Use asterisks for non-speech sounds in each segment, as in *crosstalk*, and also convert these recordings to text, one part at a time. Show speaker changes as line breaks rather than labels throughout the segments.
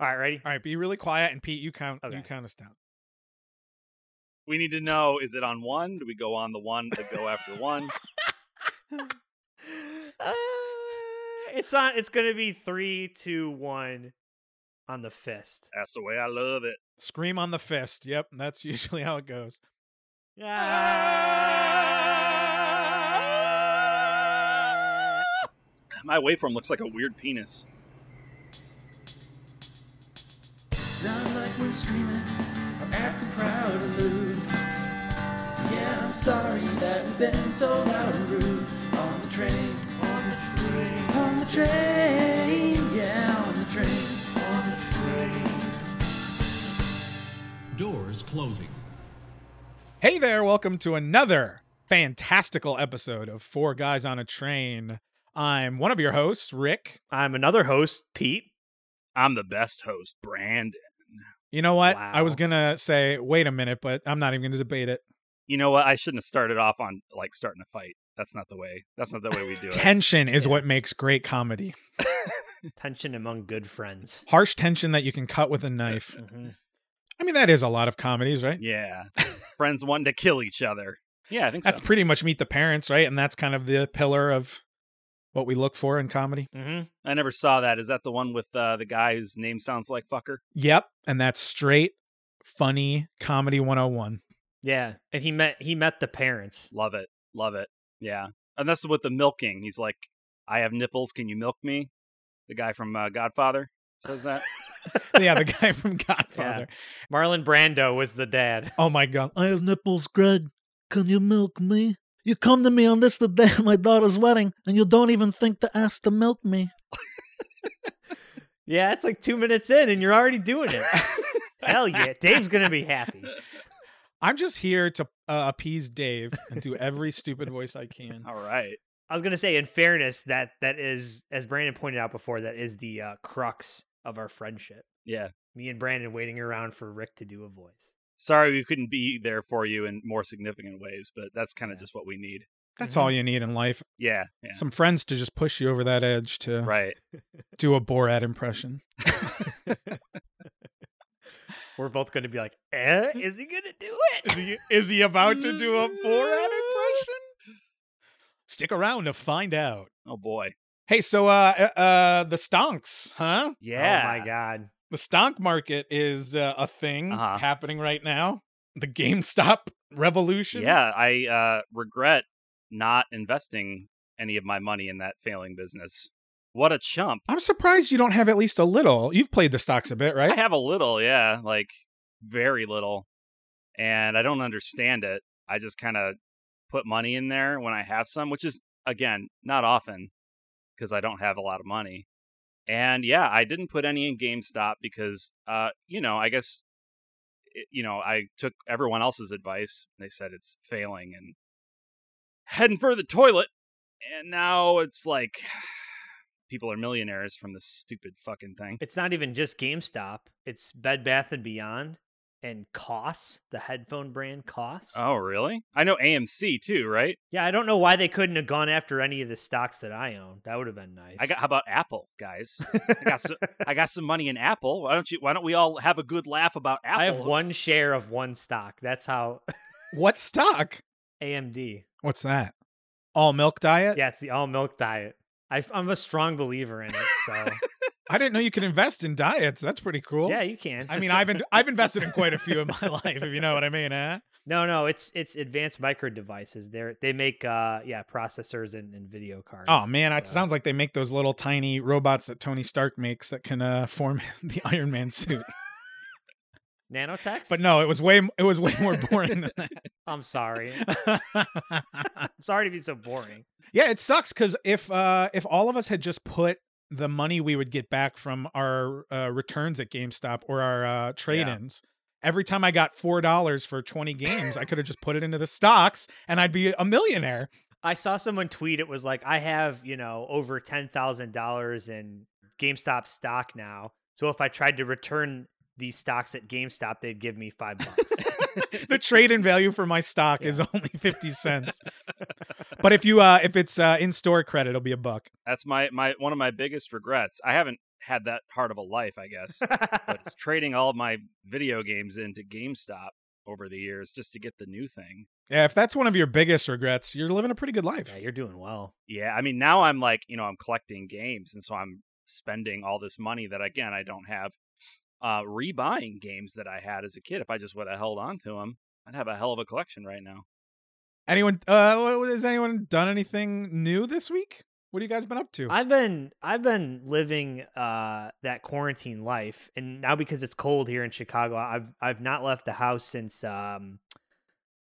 All right, ready?
All right, be really quiet, and Pete, you count. You
Okay.
count us down.
We need to know: is it on one? Do we go on the one that go after one?
Uh, it's on. It's going to be three, two, one, on the fist.
That's the way I love it.
Scream on the fist. Yep, that's *laughs* usually how it goes.
Ah.
My waveform looks like a weird penis.
Not like we're screaming or acting proud and lewd. Yeah, I'm sorry that we've been so loud and rude on the train. On the train. On the train. Yeah, on the train. On the train.
Doors closing.
Hey there, welcome to another fantastical episode of Four Guys on a Train. I'm one of your hosts, Rick.
I'm another host, Pete.
I'm the best host, Brandon.
You know what? I
Wow.
was going to say, wait a minute, but I'm not even going to debate it.
You know what? I shouldn't have started off on like starting a fight. That's not the way. That's not the way we do it.
Tension is
Yeah.
what makes great comedy.
Tension among good friends.
Harsh tension that you can cut with a *laughs*
*laughs*
knife.
Mhm.
I mean, that is a lot of comedies, right?
Yeah, friends want to kill each other. Yeah, I think
That's
so.
pretty much meet the parents, right? And that's kind of the pillar of what we look for in comedy.
Mhm.
I never saw that. Is that the one with uh, the guy whose name sounds like fucker?
Yep. And that's straight, funny comedy 101.
Yeah, and he met he met the *laughs* parents.
Love it. Love it. Yeah. And that's with the milking. He's like, I have nipples. Can you milk me? The guy from uh, Godfather says that.
*laughs* yeah, the guy from Godfather.
*laughs* Marlon Brando was the dad.
Oh my God.
I have nipples, Greg. Can you milk me? You come to me on this the day of my daughter's wedding, and you don't even think to ask to milk me.
Yeah, it's like two minutes in, and you're already doing it. *laughs* Hell yeah, Dave's gonna be happy.
I'm just here to uh, appease Dave and do every stupid voice I *laughs* can.
All right.
I was gonna say, in fairness, that that is, as Brandon pointed out before, that is the uh, crux of our friendship.
Yeah.
Me and Brandon waiting around for Rick to do a voice.
Sorry we couldn't be there for you in more significant ways, but that's kind of just what we need.
That's all you need in life.
Yeah. Yeah.
Some friends to just push you over that edge to
Right.
do a Borat impression.
We're both gonna be like, eh, *laughs* is he gonna do it?
he, is he about to do a Borat impression? Stick around to find out.
Oh, boy.
Hey, so uh, uh, uh the stonks, huh?
Yeah.
*laughs* Oh my god.
The stonk market is uh, a thing
Uh-huh.
happening right now. The GameStop revolution.
Yeah. I uh, regret not investing any of my money in that failing business. What a chump.
I'm surprised you don't have at least a little. You've played the stocks a bit, right?
I have a little, yeah, like very little. And I don't understand it. I just kind of put money in there when I have some, which is again, not often because I don't have a lot of money. And yeah, I didn't put any in GameStop because uh, you know, I guess it- you know, I took everyone else's advice. They said it's failing and heading for the toilet. And now it's like *sighs* people are millionaires from this stupid fucking thing.
It's not even just GameStop. It's Bed Bath and Beyond and Koss, the headphone brand Koss.
Oh, really? I know AMC too, right?
yeah, I don't know why they couldn't have gone after any of the stocks that I own. That would have been nice.
I got how about Apple, guys? I
*laughs*
got some, I got some money in Apple. Why don't you? Why don't we all have a good laugh about Apple?
I have one share of one stock. That's how *laughs*
What stock?
AMD.
What's that? All milk diet?
Yeah, it's the all milk diet. I, am a strong believer in it. So
I didn't know you could invest in diets. That's pretty cool.
yeah, you can.
I mean, I've in- I've invested in quite a few in my *laughs* life, if you know what I mean, eh? huh?
no, no, it's it's advanced micro devices. They're they make uh yeah processors and, and video cards.
Oh man, it
so-
sounds like they make those little tiny robots that Tony Stark makes that can uh, form *laughs* the Iron Man suit.
nanotech.
But no, it was way m- it was way more boring than
I'm
*laughs*
sorry.
that. *laughs*
I'm sorry to be so boring.
yeah, it sucks because if uh, if all of us had just put the money we would get back from our uh, returns at GameStop or our uh, trade-ins. Every time I got four dollars for twenty games, I could have just put it into the stocks, and I'd be a millionaire.
I saw someone tweet. It was like I have you know over ten thousand dollars in GameStop stock now. So if I tried to return these stocks at GameStop, they'd give me five
*laughs*
bucks. *laughs*
the trade in value for my stock is *laughs* only 50 cents but if you uh if it's uh in store credit it'll be a buck
That's my my one of my biggest regrets. I haven't had that hard of a life, I guess.
*laughs*
but it's trading all my video games into GameStop over the years just to get the new thing.
Yeah, if that's one of your biggest regrets, you're living a pretty good life.
yeah, you're doing well.
Yeah, I mean now I'm like, you know, I'm collecting games and so I'm spending all this money that again I don't have uh rebuying games that I had as a kid. If I just would have held on to them, I'd have a hell of a collection right now.
Anyone? Uh, wh- has anyone done anything new this week? What have you guys been up to?
I've been I've been living uh that quarantine life and now because it's cold here in Chicago, I've I've not left the house since um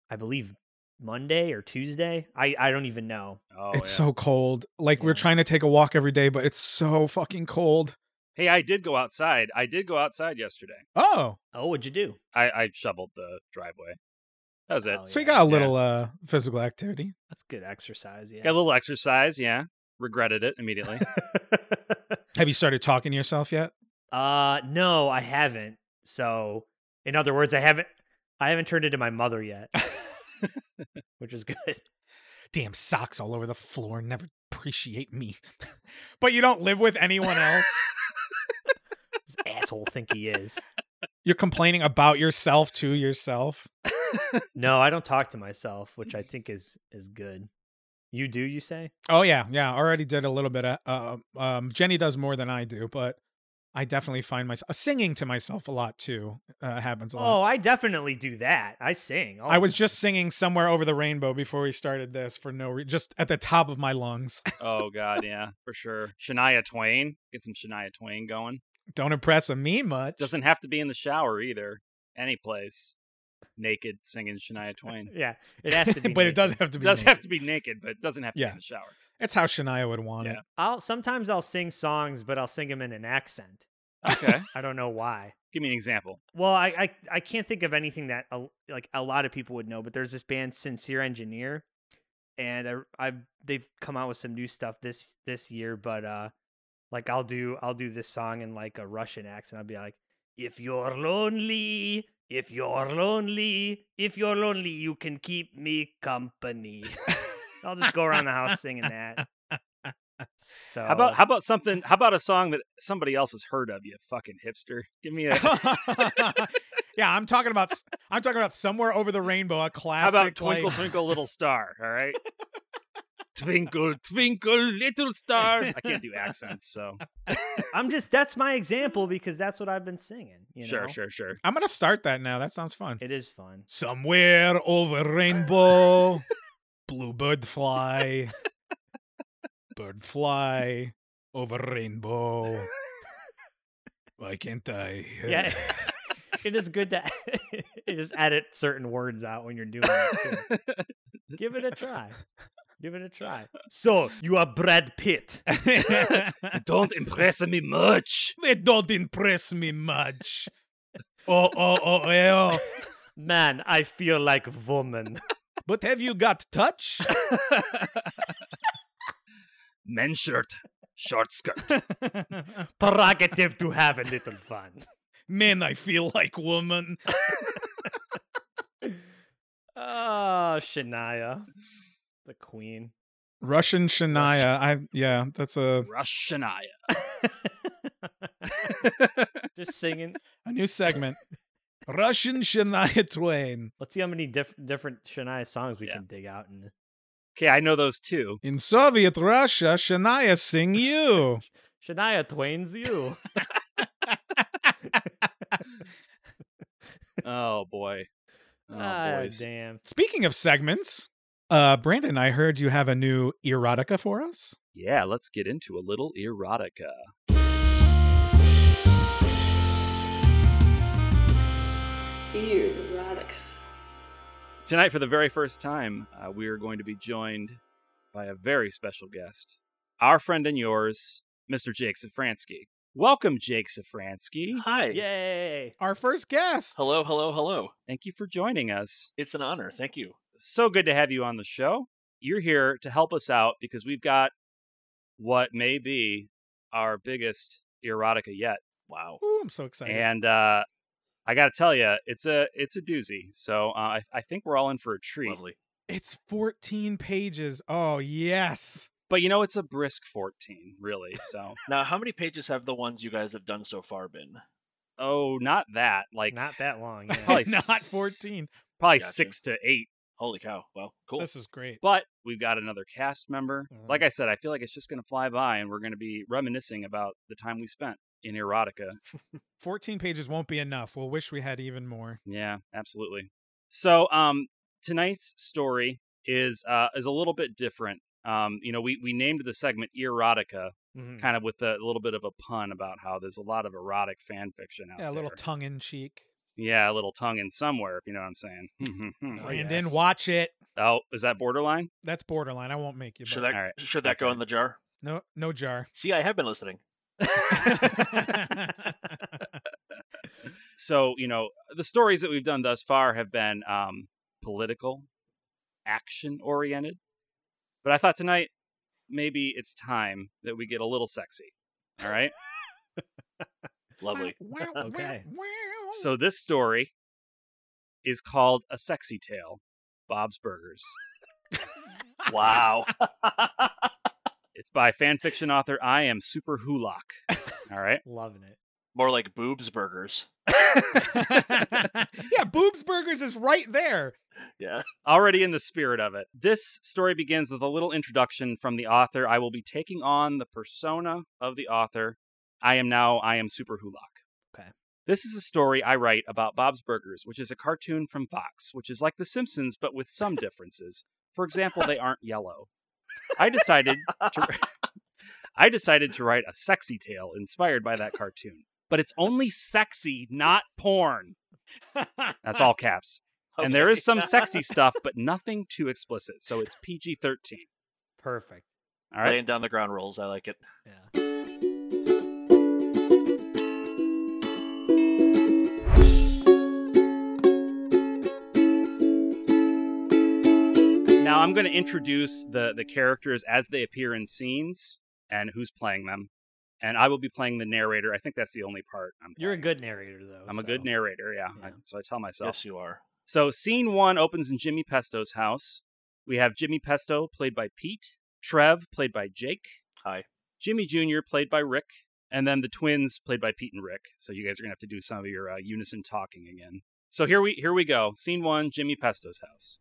I believe Monday or Tuesday. I I don't even know.
Oh,
it's
yeah.
so cold. Like we're
Yeah.
trying to take a walk every day, but it's so fucking cold.
Hey, I did go outside. I did go outside yesterday.
Oh,
Oh, what'd you do?
I, I shoveled the driveway. That was it.
Oh,
so you
yeah.
got a
Yeah.
little uh physical activity.
That's good exercise, yeah.
Got a little exercise, yeah. Regretted it immediately.
Have you started talking to yourself yet?
*laughs* uh no, I haven't. So in other words, I haven't I haven't turned into my mother yet, which is good.
Damn socks all over the floor. Never appreciate me. *laughs* but you don't live with anyone else.
This asshole think he is.
You're complaining about yourself to yourself.
No, I don't talk to myself, which I
Mm-hmm.
think is is good. You do, you say?
Oh yeah, yeah. Already did a little bit of. Uh, um, Jenny does more than I do, but I definitely find myself singing to myself a lot too. Uh, happens a lot.
Oh, I definitely do that. I sing. all
I
the
was
Oh.
time.
just singing somewhere over the rainbow before we started this for no reason, just at the top of my lungs. *laughs*
oh god, yeah, for sure. Shania Twain. Get some Shania Twain going.
Don't impress me much.
Doesn't have to be in the shower either. Any place. Naked singing Shania Twain.
*laughs* Yeah, it
*laughs*
has to be.
but it does
naked.
have to Uh,
It
be.
does
naked.
have to be naked, but it doesn't have to be
Yeah.
in the shower.
It's how Shania would want it.
Yeah.
I'll sometimes I'll sing songs, but I'll sing them in an accent.
*laughs*
Okay.
I don't know why.
Give me an example.
Well, I I, I can't think of anything that a, like a lot of people would know, but there's this band Sincere Engineer, and I I've they've come out with some new stuff this this year, but uh, like I'll do I'll do this song in like a Russian accent. I'll be like, if you're lonely. If you're lonely, if you're lonely, you can keep me company. I'll just go around the house singing that. So
How
Oh.
about how about something how about a song that somebody else has heard of, you fucking hipster? Give
*laughs*
me a how
yeah, I'm talking about. s- I'm talking about somewhere over the rainbow, a classic.
about Twinkle
like-
Twinkle Little Star,
*laughs*
all right? twinkle Twinkle Little Star. I
*laughs*
can't do accents, so
I'm just that's my example because that's what I've been singing. You
sure,
know?
*laughs*
sure, sure.
I'm gonna start that now. That sounds fun.
It is fun.
Somewhere over rainbow, bluebird fly, bird fly over rainbow.
*laughs*
Why can't I? uh,
Yeah. *laughs* it is good to *laughs* just edit certain words out when you're doing it. too. Give it a try. Give it a try. So you are Brad Pitt.
*laughs*
Don't impress me much.
they don't impress me much. Oh, oh, oh, eh, oh.
Man, I feel like woman. *laughs*
But have you got touch?
Men shirt, short skirt.
Prerogative to have a little fun.
Man, I feel like woman.
Oh, Shania. The queen. *laughs*
Russian Shania. I yeah, that's a,
Russianaya.
Just singing.
a new segment. Russian Shania Twain.
Let's see how many diff- different Shania songs we
Yeah.
can dig out. And
Okay, I know those two.
In Soviet Russia, Shania sing you.
Shania Twain's you.
Oh boy. *laughs* Oh,
Ah,
boys.
damn.
Speaking of segments, uh, Brandon, I heard you have a new erotica for us.
Yeah, let's get into a little erotica.
Erotica.
Tonight, for the very first time, uh, we are going to be joined by a very special guest, our friend and yours, Mr. Jake Safransky. Welcome, Jake *laughs* Safransky.
Hi.
Yay.
Our first guest.
Hello, hello, hello.
Thank you for joining us.
It's an honor. Thank you.
so good to have you on the show. You're here to help us out because we've got what may be our biggest erotica yet,
Wow.
Ooh, I'm so excited.
and uh, I got to tell you, it's a it's a doozy. So uh, I I think we're all in for a treat.
Lovely.
it's 14 pages. Oh yes.
But you know, it's a brisk 14, really. So,
Now, how many pages have the ones you guys have done so far been?
oh, not that. Like
Not that
*laughs*
long.
*laughs*
yeah.
Probably
not
s-
14.
Probably
Gotcha.
six to eight.
Holy cow! Well, cool.
This is great.
But we've got another cast member.
Mhm.
Like I said, I feel like it's just going to fly by, and we're going to be reminiscing about the time we spent in erotica
14 pages won't be enough. We'll wish we had even more.
Yeah, absolutely. So, um, tonight's story is uh is a little bit different. Um, you know, we we named the segment erotica,
Hmm.
Mhm.
*laughs* kind of with a little bit of a pun about how there's a lot of erotic fan fiction out
Yeah, a little
there.
tongue in cheek.
yeah, a little tongue in somewhere, if you know what I'm
Hmm.
saying. Hmm,
Oh, yeah.
Brandon, watch it.
oh, is that borderline?
That's borderline. I won't make you.
should
but-
that
alright,
should that go
okay.
in the jar?
No, no jar.
See, I have been listening.
So, you know, the stories that we've done thus far have been um, political, action oriented. But I thought tonight maybe it's time that we get a little sexy. All
*laughs*
right. *laughs*
Lovely.
Okay.
so this story is called A Sexy Tale Bob's Burgers.
wow. *laughs*
It's by fan fiction author I Am Super Hulock. All right.
Loving it.
More like boobs burgers.
*laughs*
yeah, Boobs Burgers is right there.
Yeah. *laughs*
already in the spirit of it. This story begins with a little introduction from the author. I will be taking on the persona of the author. I am now, I am Super Hulock.
Okay.
This is a story I write about Bob's Burgers, which is a cartoon from Fox, which is like The Simpsons, but with some differences. For example, they aren't yellow. I decided to. *laughs* I decided to write a sexy tale inspired by that cartoon, but it's only sexy, not porn. That's all caps and there
Okay. *laughs*
is some sexy stuff, but nothing too explicit. So it's PG thirteen.
Perfect.
All right.
Laying down the ground rules. I like it.
Yeah.
Now I'm going to introduce the the characters as they appear in scenes and who's playing them, and I will be playing the narrator. I think that's the only part. I'm
You're a
playing.
good narrator though.
I'm a
so-
good narrator. Yeah.
Yeah.
I- so I tell myself.
Yes, you are.
So scene one opens in Jimmy Pesto's house. We have Jimmy Pesto played by Pete, Trev played by Jake, *laughs*
Hi.
Jimmy Jr. played by Rick, and then the twins played by Pete and Rick. So you guys are gonna have to do some of your uh, unison talking again. So here we here we go. Scene one: Jimmy Pesto's house.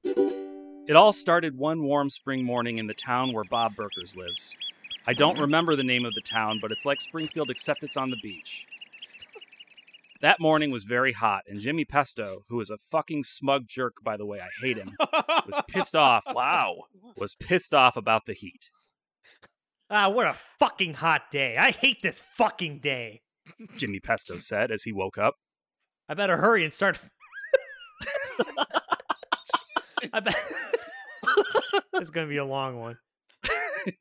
It all started one warm spring morning in the town where Bob Burkers lives. I don't remember the name of the town, but it's like Springfield except it's on the beach. That morning was very hot, and Jimmy Pesto, who is a fucking smug jerk, by the way, I hate him, was pissed off.
Wow.
Was pissed off about the heat.
*laughs* Ah, what a fucking hot day. I hate this fucking day.
Jimmy Pesto said as he woke up.
I better hurry and
*laughs*
start. I bet *laughs* it's gonna be a long one. *laughs*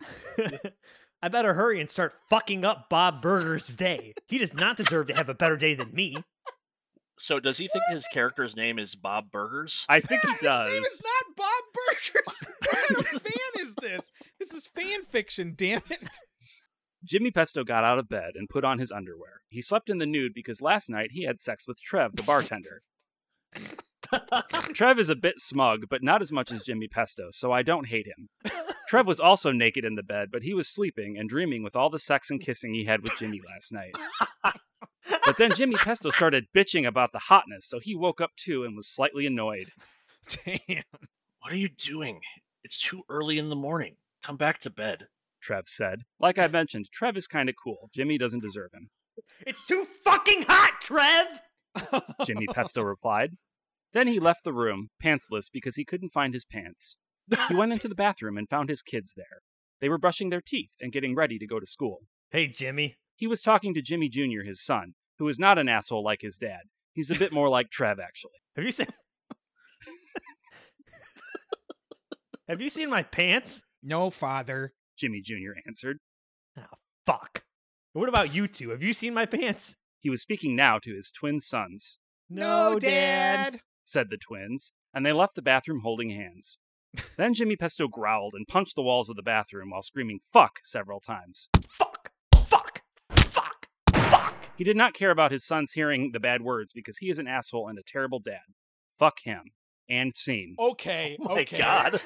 I better hurry and start fucking up Bob Burger's day. He does not deserve to have a better day than me.
So does he think
*laughs*
his character's name is Bob Burgers?
I think he
*laughs* His name
does.
is not Bob Burgers. *laughs* what kind of fan is this? This is fan fiction. Damn it.
Jimmy Pesto got out of bed and put on his underwear. He slept in the nude because last night he had sex with Trev, the bartender. Trev is a bit smug, but not as much as Jimmy Pesto, so I don't hate him. Trev was also naked in the bed, but he was sleeping and dreaming with all the sex and kissing he had with Jimmy last night. But then Jimmy Pesto started bitching about the hotness, so he woke up too and was slightly annoyed.
Damn.
What are you doing? It's too early in the morning. Come back to bed.
Trev said. Like I mentioned, Trev is kind of cool. Jimmy doesn't deserve him.
It's too fucking hot, Trev.
Jimmy Pesto replied. Then he left the room, pantsless, because he couldn't find his pants. He went into the bathroom and found his kids there. They were brushing their teeth and getting ready to go to school.
Hey, Jimmy.
He was talking to Jimmy Jr., his son, who is not an asshole like his dad. He's a bit more like Trev, actually.
Have you seen? *laughs* have you seen my pants?
No, father.
Jimmy Jr. answered.
Fuck. What about you two? Have you seen my pants?
He was speaking now to his twin sons, said the twins, and they left the bathroom holding hands. Then Jimmy Pesto growled and punched the walls of the bathroom while screaming fuck several times.
Fuck. Fuck. Fuck. Fuck.
He did not care about his son's hearing the bad words because he is an asshole and a terrible dad. Fuck him. And scene.
Okay.
*laughs* Oh
*laughs*
my
okay.
God.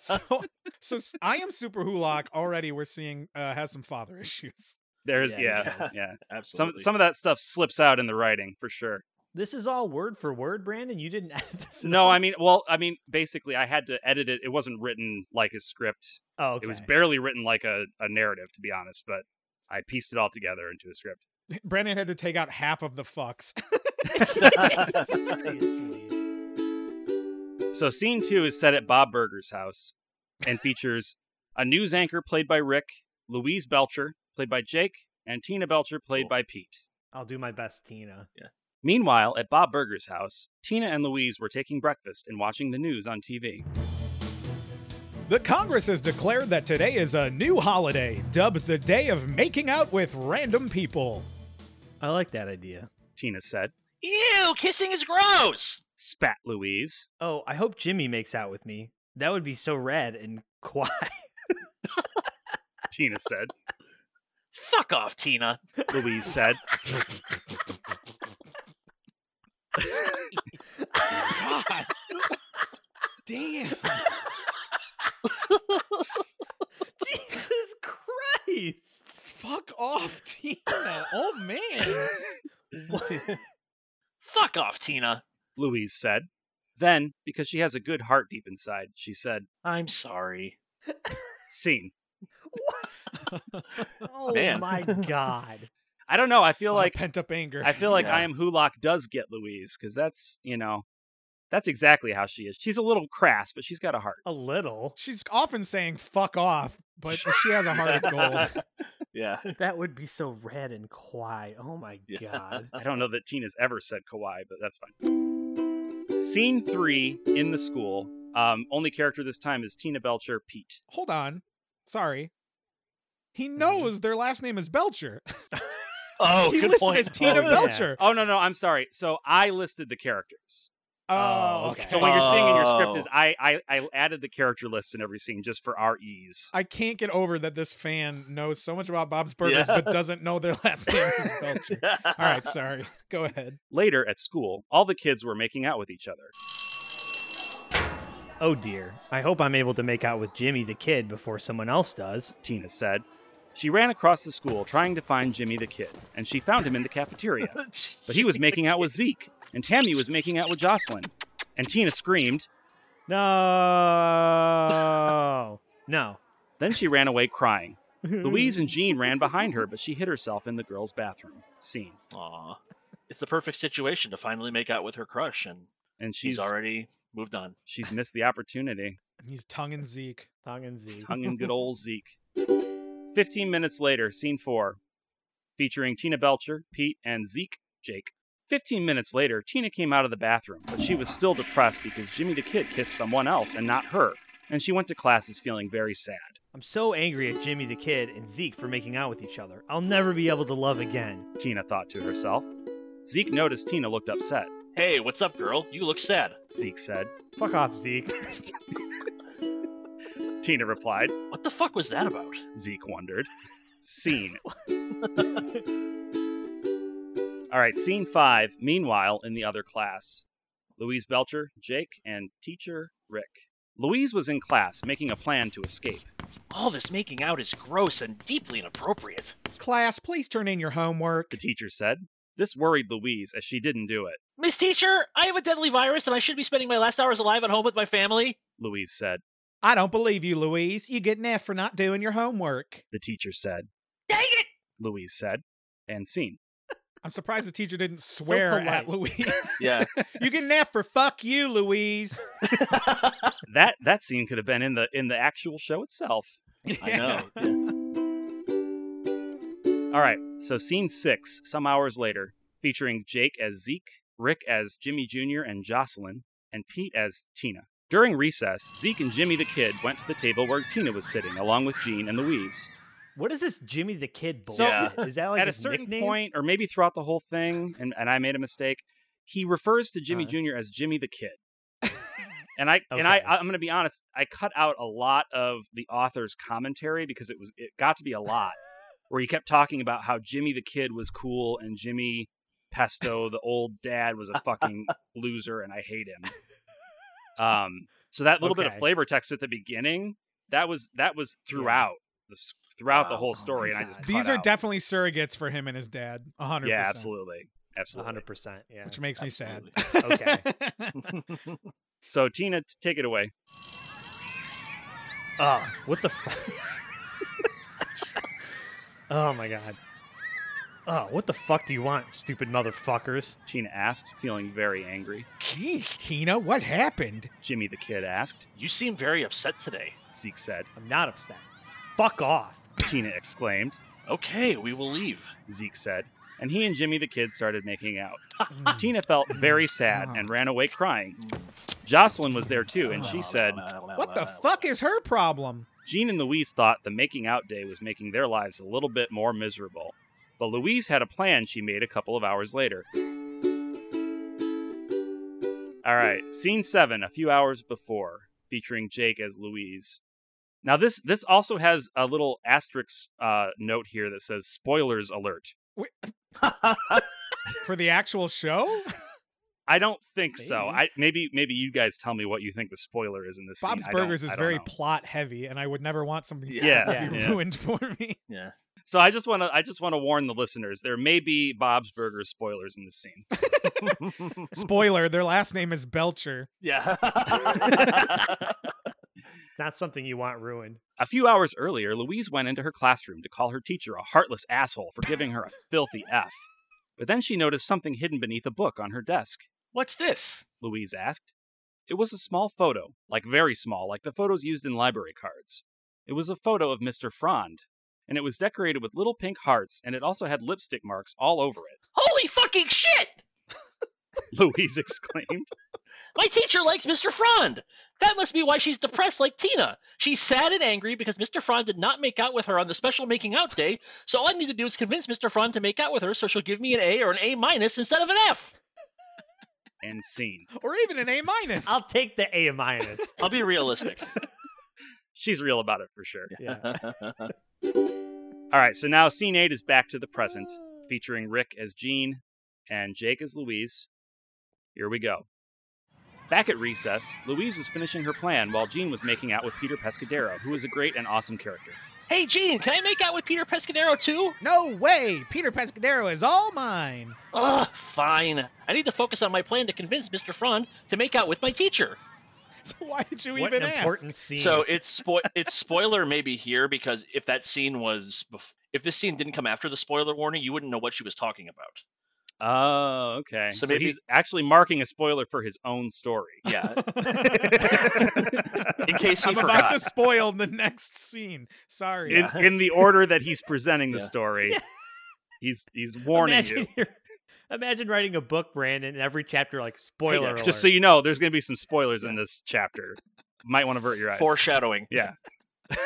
so, *laughs* so s- I am Super Hulock already. We're seeing uh, has some father *laughs* issues.
There's
Yeah,
yeah,
he
yeah.
does.
Some
Absolutely.
some of that stuff slips out in the writing for sure.
This is all word for word, Brandon. You didn't *laughs* add this. at
No,
all?
I mean, well, I mean, basically, I had to edit it. It wasn't written like a script.
oh, okay.
It was barely written like a, a narrative, to be honest. But I pieced it all together into a script.
Brandon had to take out half of the fucks. *laughs*
*laughs*
*laughs*
Seriously.
So scene two is set at Bob Berger's house and features a news anchor played by Rick, Louise Belcher played by Jake, and Tina Belcher played
Cool.
by Pete.
I'll do my best, Tina.
Meanwhile, at Bob Berger's house, Tina and Louise were taking breakfast and watching the news on TV.
The Congress has declared that today is a new holiday, dubbed the Day of Making Out with Random People.
I like that idea.
Tina said,
Ew, kissing is gross.
Spat Louise.
Oh, I hope Jimmy makes out with me. That would be so rad and *laughs* quiet.
Tina said,
Fuck off, Tina.
Louise said.
Damn.
Jesus Christ!
Fuck off, Tina. Oh,
*laughs*
man.
Fuck off, Tina.
Louise said. Then, because she has a good heart deep inside, she said,
I'm sorry.
Scene.
*laughs*
*laughs*
Oh
Man.
my God!
I don't know. I feel like
Oh, pent up anger.
I feel like
Yeah.
I am Hulock does get Louise because that's you know that's exactly how she is. She's a little crass, but she's got a heart.
A little.
She's often saying fuck off, but
*laughs*
she has a heart of gold.
*laughs* yeah.
That would be so rad and quiet. Oh my
Yeah.
God!
I don't know that Tina's ever said Kawhi, but that's fine. Scene three in the school. Um, only character this time is Tina Belcher, Pete.
Hold on. Sorry. He
Mm-hmm.
knows their last name is Belcher.
Oh,
he
good
listed
point.
as Tina
Oh, yeah.
Belcher.
Oh no, no, I'm sorry. So I listed the characters.
Oh,
Oh,
okay.
okay.
So what you're seeing in your script is
Oh.
I, I I added the character list in every scene just for our ease.
I can't get over that this fan knows so much about Bob's Burgers
Yeah.
but doesn't know their *laughs* last name is Belcher. All
*laughs*
right, sorry. Go ahead.
Later at school, all the kids were making out with each other.
Oh dear. I hope I'm able to make out with Jimmy the kid before someone else does.
Tina said. She ran across the school trying to find Jimmy the Kid, and she found him in the cafeteria.
*laughs*
But he was making out with Zeke, and Tammy was making out with Jocelyn. And Tina screamed.
No. *laughs* no.
Then she ran away crying. Louise and Jean ran behind her, but she hid herself in the girls' bathroom. Scene.
Aw. It's the perfect situation to finally make out with her crush, and
And
she's
she's
already moved on.
she's missed the opportunity.
He's tongue and Zeke.
*laughs* Tongue and Z.
Tongue in good old Zeke. Fifteen minutes later, scene four, featuring Tina Belcher, Pete, and Zeke Jake. Fifteen minutes later, Tina came out of the bathroom, but she was still depressed because Jimmy the Kid kissed someone else and not her, and she went to classes feeling very sad.
I'm so angry at Jimmy the kid and Zeke for making out with each other. I'll never be able to love again.
Tina thought to herself. Zeke noticed Tina looked upset.
Hey, what's up, girl? You look sad.
Zeke said.
Fuck off, Zeke.
Tina replied.
What the fuck was that about?
Zeke wondered. Scene. All right, scene five. Meanwhile, in the other class, Louise Belcher, Jake, and teacher Rick. Louise was in class making a plan to escape.
All this making out is gross and deeply inappropriate.
Class, please turn in your homework.
The teacher said. This worried Louise as she didn't do it.
Miss Teacher, I have a deadly virus and I should be spending my last hours alive at home with my family.
Louise said.
I don't believe you, Louise. You get an F for not doing your homework.
The teacher said.
Dang it!
Louise said. And scene.
I'm surprised the teacher didn't swear at
polite.
Louise.
Yeah.
*laughs* you get an F for fuck you, Louise.
That that scene could have been in the in the actual show itself.
I know. yeah.
All right, so scene six, some hours later, featuring Jake as Zeke, Rick as Jimmy Jr. and Jocelyn, and Pete as Tina. During recess, Zeke and Jimmy the Kid went to the table where Tina was sitting, along with Jean and Louise.
What is this Jimmy the kid bullshit?
So- *laughs*
Is that like
At a
his
certain
nickname?
point, or maybe throughout the whole thing, and, and I made a mistake, he refers to Jimmy
Uh-huh.
Jr. as Jimmy
*laughs*
the Kid. And I and I
Okay.
I'm gonna be honest, I cut out a lot of the author's commentary because it was it got to be
*laughs*
a lot where he kept talking about how Jimmy the Kid was cool and Jimmy Pesto, the old dad, was a fucking loser and I hate him. Um So that little bit of
Okay.
flavor text at the beginning, that was that was throughout the s throughout the
Wow.
whole
Oh my
story, and I just
God.
cut
These are
out.
definitely surrogates for him and his dad. A hundred
yeah,
percent.
absolutely, absolutely.
100%. Yeah.
Which makes me sad.
Absolutely.
*laughs*
So Tina, t- take it away.
Oh, what the fuck? oh my god. Oh, what the fuck do you want, stupid motherfuckers?
Tina asked, feeling very angry.
Geez, Tina, what happened?
Jimmy the kid asked.
You seem very upset today.
Zeke said.
I'm not upset. Fuck off.
Tina exclaimed.
Okay, we will leave.
Zeke said. And he and Jimmy the kid started
*laughs*
making out. Tina felt very sad and ran away crying. Jocelyn was there too, and
Oh,
she said,
What the fuck is her problem?
Jean and Louise thought the making out day was making their lives a little bit more miserable. But Louise had a plan she made a couple of hours later. All right, scene 7 a few hours before, featuring Jake as Louise. Now this this also has a little asterisk uh, note here that says spoilers alert.
For the actual *laughs* show?
I don't think so.
Maybe.
I maybe maybe you guys tell me what you think the spoiler is in this.
Bob's
scene. I don't-
Burgers
I
is
don't
very
know.
plot heavy, and I would never want something
Yeah.
yeah.
to be
yeah.
ruined for *laughs* me.
Yeah.
So I just want to I just want to warn the listeners there may be Bob's Burgers spoilers in this scene.
*laughs*
*laughs*
Spoiler, their last name is Belcher.
Yeah.
*laughs*
Not something you want ruined.
A few hours earlier, Louise went into her classroom to call her teacher a heartless asshole for giving her a filthy F. But then she noticed something hidden beneath a book on her desk.
What's this?
Louise asked. It was a small photo, like very small, like the photos used in library cards. It was a photo of Mr. Frond, and it was decorated with little pink hearts, and it also had lipstick marks all over it. *laughs*
Holy fucking shit!
Louise exclaimed.
My teacher likes Mr. Frond. That must be why she's depressed like Tina. She's sad and angry because Mr. Frond did not make out with her on the special making out day. So all I need to do is convince Mr. Frond to make out with her so she'll give me an A or an A minus instead of an F.
And scene.
Or even an A minus.
I'll take the A
*laughs*
minus.
I'll be realistic. *laughs*
She's real about it for sure.
Yeah.
All right, so now scene eight is back to the present, featuring Rick as Jean and Jake as Louise. Here we go. Back at recess, Louise was finishing her plan while Jean was making out with Peter Pescadero, who is a great and awesome character.
hey, Gene, can I make out with Peter Pescadero too?
*laughs* No way! Peter Pescadero is all mine. *laughs*
Ugh, fine. I need to focus on my plan to convince Mr. Frond to make out with my teacher.
So why did you
what
even
an
ask? *laughs*
important scene.
So it's spo- it's spoiler maybe here because if that scene was bef- if this scene didn't come after the spoiler warning, you wouldn't know what she was talking about.
Oh, okay.
So
So,
maybe-
he's actually marking a spoiler for his own story.
Yeah, *laughs* in case he
I'm
forgot.
about to spoil the next scene. Sorry.
In, in *laughs* the order that he's presenting the
Yeah.
story, he's he's warning
imagine you. Imagine writing a book, Brandon, and every chapter like spoiler
you.
alert.
Just so you know, there's going to be some spoilers in this chapter. Might want to avert your eyes.
Foreshadowing.
Yeah.
*laughs*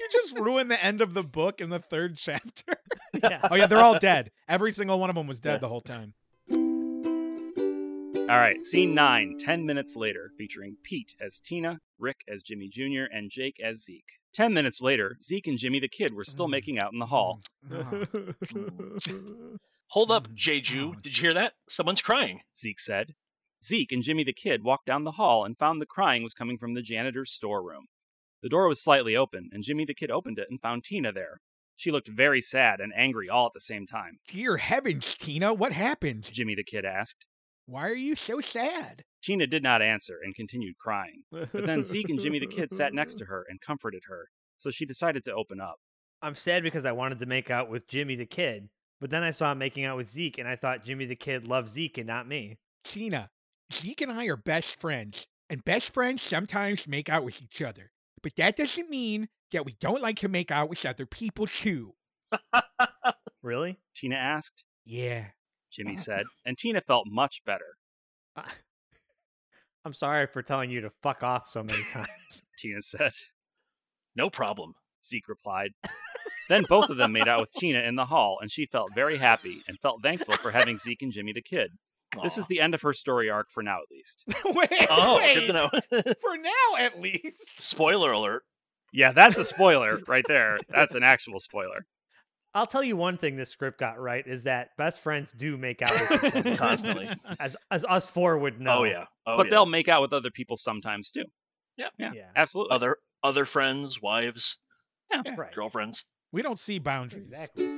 You just ruined the end of the book in the third *laughs* chapter.
yeah.
Oh yeah, they're
*laughs*
all dead. Every single one of them was dead
Yeah.
the whole time.
All right, scene nine, 10 minutes later, featuring Pete as Tina, Rick as Jimmy Jr., and Jake as Zeke. 10 minutes later, Zeke and Jimmy the Kid were still
Mm.
making out in the hall.
Oh.
Hold up,
Mm,
Jeju.
God.
Did you hear that? Someone's crying.
Zeke said. Zeke and Jimmy the Kid walked down the hall and found the crying was coming from the janitor's storeroom. The door was slightly open, and Jimmy the Kid opened it and found Tina there. She looked very sad and angry all at the same time.
*laughs* Dear heavens, Tina, what happened?
Jimmy the Kid asked.
Why are you so sad?
Tina did not answer and continued crying.
*laughs*
But then Zeke and Jimmy the Kid sat next to her and comforted her, so she decided to open up.
I'm sad because I wanted to make out with Jimmy the Kid, but then I saw him making out with Zeke, and I thought Jimmy the Kid loved Zeke and not me.
Tina, Zeke and I are best friends, and best friends sometimes make out with each other. But that doesn't mean that we don't like to make out with other people too.
Really?
Tina asked.
Yeah. *laughs*
*laughs*
Jimmy said, and Tina felt much better.
I- I'm sorry for telling you to fuck off so many times.
Tina *laughs* said.
No problem.
Zeke replied. Then both of them made out with Tina in the hall, and she felt very happy and felt thankful for having Zeke and Jimmy the kid. This
Aw.
is the end of her story arc for now, at least.
*laughs*
wait,
Oh,
wait.
good to know. *laughs*
For now, at least.
Spoiler alert.
Yeah, that's a spoiler right there. That's an actual spoiler.
I'll tell you one thing this script got right is that best friends do make out with each other,
*laughs* Constantly.
*laughs* as as us four would know.
Oh yeah. Oh
but
yeah.
they'll make out with other people sometimes too. Yeah.
Yeah.
Absolutely.
Other other friends, wives,
Right.
girlfriends.
We don't see boundaries.
*laughs*
Exactly.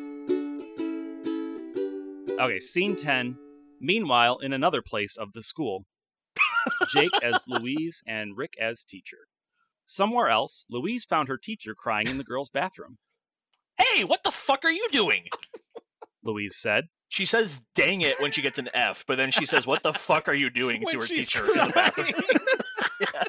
Okay, scene 10. Meanwhile, in another place of the school, Jake as Louise and Rick as teacher. Somewhere else, Louise found her teacher crying in the girls' bathroom.
Hey, what the fuck are you doing?
Louise said,
She says dang it when she gets an F, but then she says, What the fuck are you doing
*laughs*
to
When
her
she's
teacher in the bathroom?
*laughs* crying.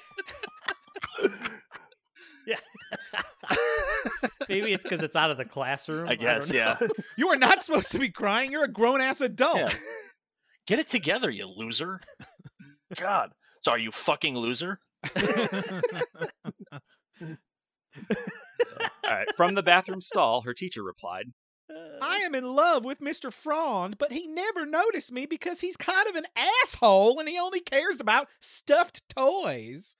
Maybe it's because it's out of the classroom.
I guess,
don't
yeah.
you are not supposed to be crying. You're a grown ass adult.
Yeah. Get it together, you loser. God. Sorry, you fucking loser. *laughs*
*laughs*
All right, from the bathroom stall, her teacher replied,
know.
I am in love with Mr. Frond, but he never noticed me because he's kind of an asshole and he only cares about stuffed toys.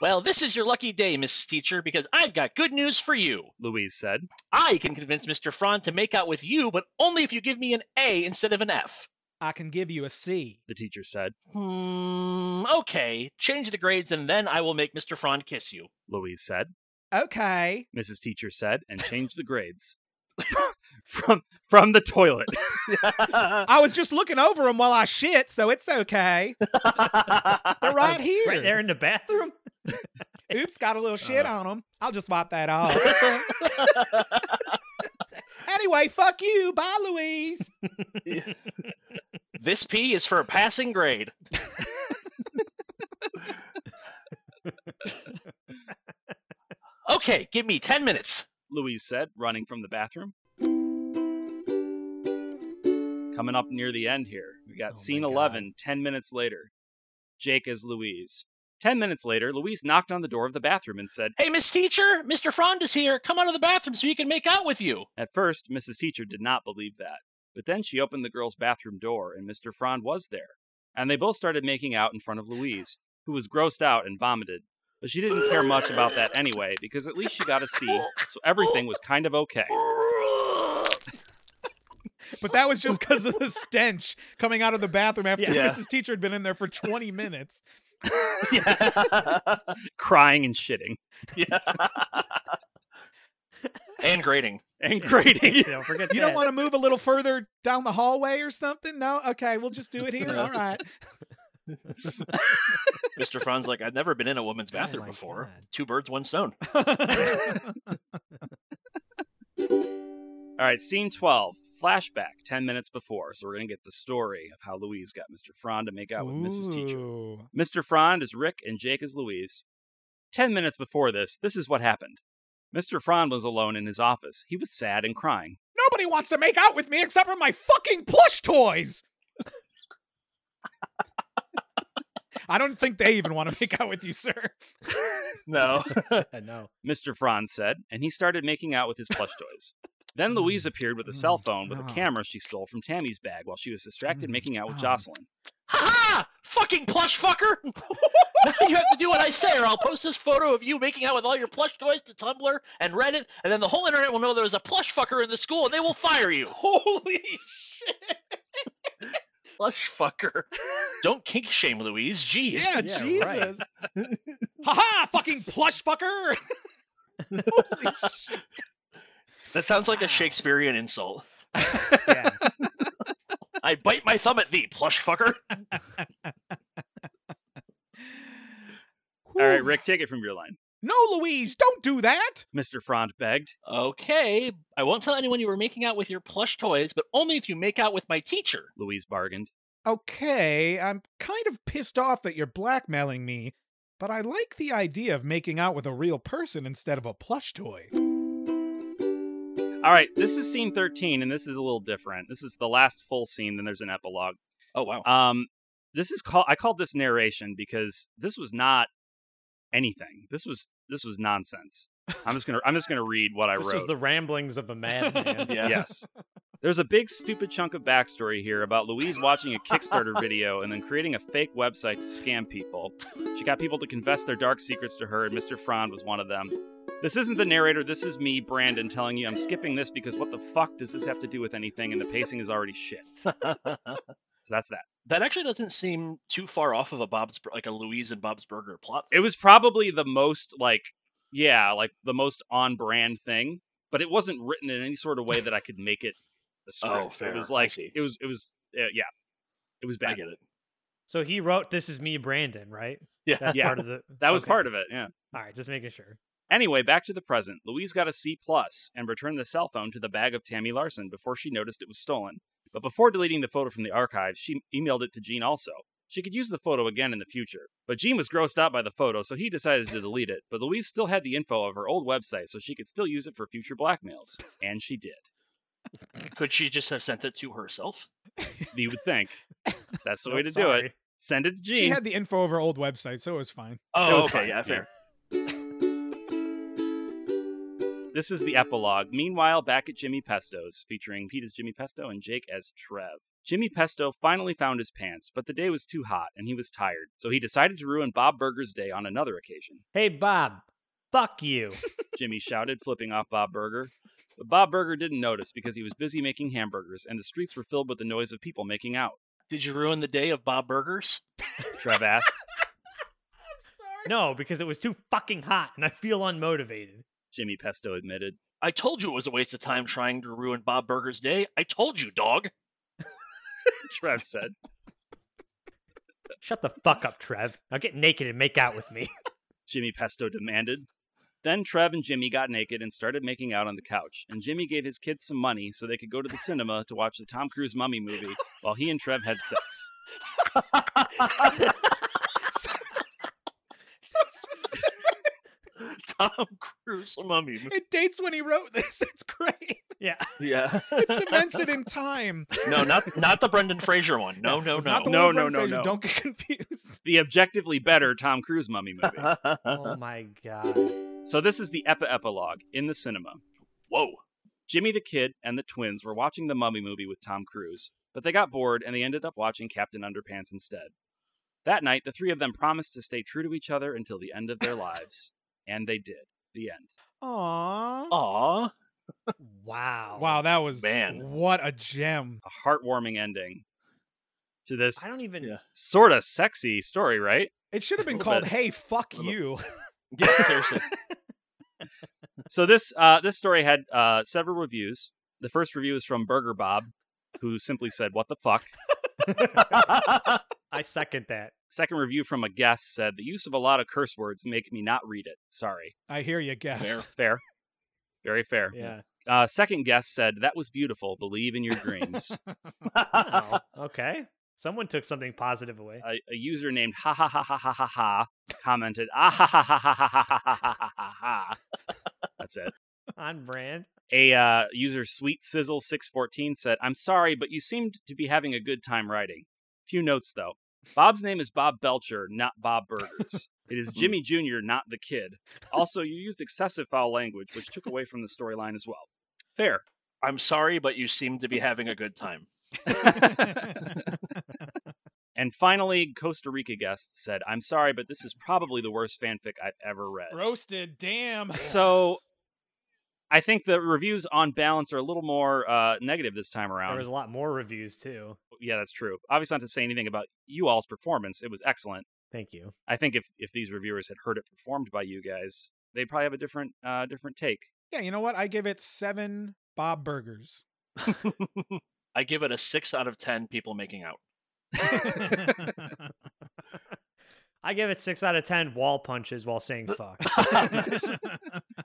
Well, this is your lucky day, Mrs. Teacher, because I've got good news for you.
Louise said.
I can convince Mr. Fran to make out with you, but only if you give me an A instead of an F.
I can give you a C.
The teacher said,
Hmm, okay. Change the grades and then I will make Mr. Fran
*laughs*
kiss you. *laughs*
Louise said,
Okay.
Mrs. Teacher said, and changed the grades. *laughs* from from the toilet.
I was just looking over him while I shit, so it's okay. They're right here.
*laughs* Right there Uh. in the bathroom.
Oops, got a little shit on him. I'll just wipe that off. anyway, fuck you. Bye, Louise.
this P is for a passing grade. okay, give me 10 minutes.
Louise said, running from the bathroom. Coming up near the end here, we got
Oh my
scene
God.
11, 10 minutes later. Jake as Louise. 10 minutes later, Louise knocked on the door of the bathroom and said,
Hey, Miss Teacher, Mr. Frond is here. Come out of the bathroom so he can make out with you.
At first, Mrs. Teacher did not believe that, but then she opened the girls' bathroom door and Mr. Frond was there, and they both started making out in front of Louise, who was grossed out and vomited. But she didn't care much about that anyway, because at least she got a C, so everything was kind of okay.
But that was just because
*laughs*
of the stench coming out of the bathroom after
Yeah.
Mrs. Teacher had been in there for 20 minutes.
Yeah.
Crying and shitting *laughs*
yeah. and grading.
and grading.
Don't forget
You
that.
don't want to move a little further down the hallway or something? No? Okay, we'll just do
*laughs*
it here. All right.
Mr. Fran's like, I've never been in a woman's
Oh
bathroom
my
before.
God.
Two birds, one stone.
*laughs* All right, scene 12. Flashback 10 minutes before. So we're going to get the story of how Louise got Mr. Frond to make out with Mrs. Teacher.
Ooh.
Mr. Frond is Rick and Jake is Louise. Ten minutes before this, this is what happened. Mr. Frond was alone in his office. He was sad and crying.
Nobody wants to make out with me except for my fucking plush toys. I don't think they even want to make out with you, sir.
No.
I know.
Mr. Frond said, and he started making out with his plush toys. Then Louise appeared with a cell phone with a
Ah.
camera she stole from Tammy's bag while she was distracted
Mm,
making out with
ah.
Jocelyn.
Ha ha! Fucking plush
*laughs*
fucker! now you have to do what I say, or I'll post this photo of you making out with all your plush toys to Tumblr and Reddit, and then the whole internet will know there was a plush fucker in the school, and they will fire you.
Holy shit.
Plush
*laughs*
fucker. Don't kink shame, Louise. Jeez.
Yeah,
yeah, right.
Jesus. Ha ha, fucking plush fucker. *laughs* Holy shit.
That sounds like
Wow.
a Shakespearean insult.
Yeah.
I bite my thumb at thee, plush fucker.
All right, Rick, take it from your line.
No, Louise, don't do that.
Mr. Frond begged.
Okay, I won't tell anyone you were making out with your plush toys, but only if you make out with my teacher.
Louise bargained.
Okay, I'm kind of pissed off that you're blackmailing me, but I like the idea of making out with a real person instead of a plush toy.
All right, this is scene 13, and this is a little different. This is the last full scene, then there's an epilogue.
Oh, wow. *laughs*
Um, this is called. I called this narration because this was not anything. This was this was nonsense. I'm just gonna I'm just gonna read what I
this
wrote.
was the ramblings of a
*laughs*
*laughs*
madman.
Yeah.
*laughs*
Yes. There's a big stupid chunk of backstory here about Louise watching a Kickstarter video and then creating a fake website to scam people. She got people to confess their dark secrets to her, and Mr. Frond was one of them. This isn't the narrator, this is me, Brandon, telling you I'm skipping this because what the fuck does this have to do with anything and the pacing is already shit. So that's that.
That actually doesn't seem too far off of a Bob's Bur- like a Louise and Bob's Burger plot.
It was probably the most like yeah, like the most on brand thing, but it wasn't written in any sort of way that I could make it a
*laughs*
script.
Oh, fair.
It was
I
like
see.
it was it was uh, yeah. It was
I
bad.
get it.
So he wrote "This is me, Brandon," right?
Yeah.
That's
Yeah.
part of the.
That was
okay.
part of it, yeah.
All right, just making sure.
Anyway, back to the present. Louise got a C plus and returned the cell phone to the bag of Tammy Larson before she noticed it was stolen. But before deleting the photo from the archives, she emailed it to Gene also. She could use the photo again in the future. But Gene was grossed out by the photo, so he decided to delete it. But Louise still had the info of her old website, so she could still use it for future blackmails. And she did.
Could she just have sent it to herself?
You would think.
*laughs*
That's the way
Nope,
to do it.
sorry.
Send it to Gene.
She had the info of her old website, so it was
*laughs*
fine.
Oh,
was fine,
okay, yeah, fair.
This is the epilogue. Meanwhile, back at Jimmy Pesto's, featuring Pete as Jimmy Pesto and Jake as Trev. Jimmy Pesto finally found his pants, but the day was too hot and he was tired, so he decided to ruin Bob Burger's day on another occasion.
Hey Bob, fuck you.
Jimmy shouted, flipping off Bob Burger. But Bob Burger didn't notice because he was busy making hamburgers and the streets were filled with the noise of people making out.
Did you ruin the day of Bob Burgers?
Trev asked.
no, because it was too fucking hot, and I feel unmotivated.
Jimmy Pesto admitted. *laughs*
I told you it was a waste of time trying to ruin Bob Burger's day. I told you, dog. *laughs*
Trev said.
Shut the fuck up, Trev. Now get naked and make out with me.
Jimmy Pesto demanded. Then Trev and Jimmy got naked and started making out on the couch, and Jimmy gave his kids some money so they could go to the cinema to watch the Tom Cruise mummy movie while he and Trev had sex.
So specific.
Tom Cruise mummy.
It dates when he wrote this. It's great.
yeah.
Yeah.
It
*laughs*
cements it in time.
No, not not the Brendan Fraser one. No, no,
It's not the
no.
one
No,
with Brendan
no, no,
Fraser.
no.
Don't get *laughs* confused.
The objectively better Tom Cruise mummy movie.
*laughs*
*laughs*
Oh my god.
so this is the epi epilogue in the cinema.
Whoa.
Jimmy the Kid and the twins were watching the Mummy movie with Tom Cruise, but they got bored and they ended up watching Captain Underpants instead. That night, the three of them promised to stay true to each other until the end of their lives, and they did. The end.
Aww.
Oh, Aw.
Wow.
Wow, that was
Man.
What a gem.
a heartwarming ending to this
I don't even.
Yeah.
sort of sexy story, right?
It should have been
Little
called
bit.
"Hey, fuck
Little-
you."
Yeah, *laughs* seriously.
So this uh, this story had uh, several reviews. The first review is from Burger Bob, who simply said, "What the fuck."
*laughs* I second that.
Second review from a guest said, "The use of a lot of curse words make me not read it. Sorry,
I hear you, guest.
fair, fair, very fair."
Yeah.
Uh, second guest said, "That was beautiful. Believe in your dreams."
Wow. Oh, okay. Someone took something positive away.
a, a user named ha ha ha ha ha ha ha commented, "Ah ha ha ha ha ha ha ha ha ha ha." That's it.
On brand.
A uh, user, Sweet Sizzle six fourteen, said, "I'm sorry, but you seemed to be having a good time writing. Few notes though. Bob's name is Bob Belcher, not Bob Burgers. It is Jimmy Jr., not the kid. Also, you used excessive foul language, which took away from the storyline as well. Fair. *laughs*
I'm sorry, but you seem to be having a good time. *laughs*
and finally, Costa Rica guest said, "I'm sorry, but this is probably the worst fanfic I've ever read."
*laughs* Roasted. Damn.
So." I think the reviews on balance are a little more uh, negative this time around.
There was a lot more reviews too.
yeah, that's true. Obviously, not to say anything about you all's performance. It was excellent.
Thank you.
*laughs* I think if if these reviewers had heard it performed by you guys, they'd probably have a different uh different take.
Yeah, you know what? I give it seven Bob
*laughs*
Burgers.
I give it a six out of ten people making *laughs* out.
I give it six out of ten wall punches while saying fuck.
I think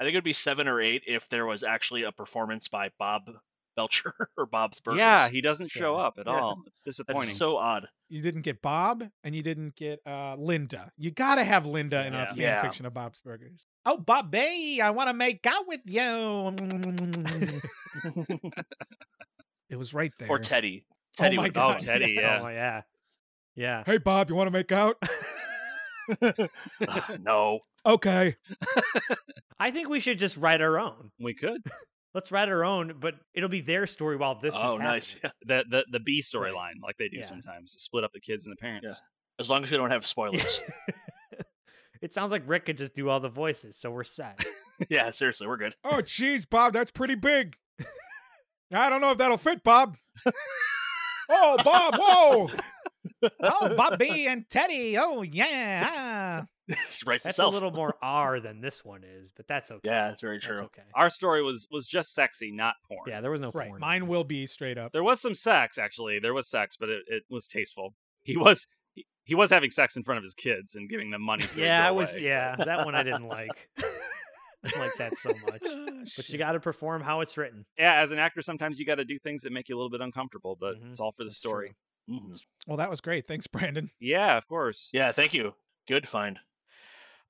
it'd be seven or eight if there was actually a performance by Bob Belcher *laughs* or Bob Burgers.
Yeah, he doesn't show
Yeah.
up at
Yeah.
all.
*laughs*
It's
that's
disappointing.
so odd.
you didn't get Bob, and you didn't get uh, Linda. You gotta have Linda in a
Yeah.
fan
Yeah.
fiction of Bob's Burgers. Oh, Bobby, I want to make out with you. it was right there.
Or Teddy.
Oh
Teddy
my
would
oh,
God,
Teddy,
yes.
Oh yeah.
yeah.
Yeah.
hey, Bob, you want to make out? *laughs*
*laughs*
Ugh, *laughs* no.
okay.
I think we should just write our own.
We could
Let's write our own, but it'll be their story while this is
oh, nice.
happening.
Yeah.
the the the B storyline like they do
Yeah.
sometimes, split up the kids and the parents.
Yeah. As long as we don't have
*laughs*
spoilers.
It sounds like Rick could just do all the voices, so we're
*laughs*
set.
yeah, seriously, we're good. *laughs*
Oh, jeez, Bob, that's pretty big. *laughs* I don't know if that'll fit, Bob. oh, Bob, whoa. oh, Bobby and Teddy. Oh yeah.
She writes
That's
itself.
a little more R than this one is, but that's okay.
Yeah, that's very
That's
true.
okay.
Our story was was just sexy, not porn.
Yeah, there was no
Right.
porn.
Mine will be straight up.
There was some sex actually. There was sex, but it, it was tasteful. He was he, he was having sex in front of his kids and giving them money. So they'd
Yeah,
go
I was.
away.
*laughs*
Yeah, that one I didn't like. *laughs* I didn't like that so much.
Oh,
But you got to perform how it's written.
Yeah, as an actor, sometimes you got to do things that make you a little bit uncomfortable, but
Mhm,
it's all for the
that's
story.
true.
Mhm.
Well, that was great. Thanks, *laughs* Brandon.
Yeah, of course.
Yeah, thank you. Good find.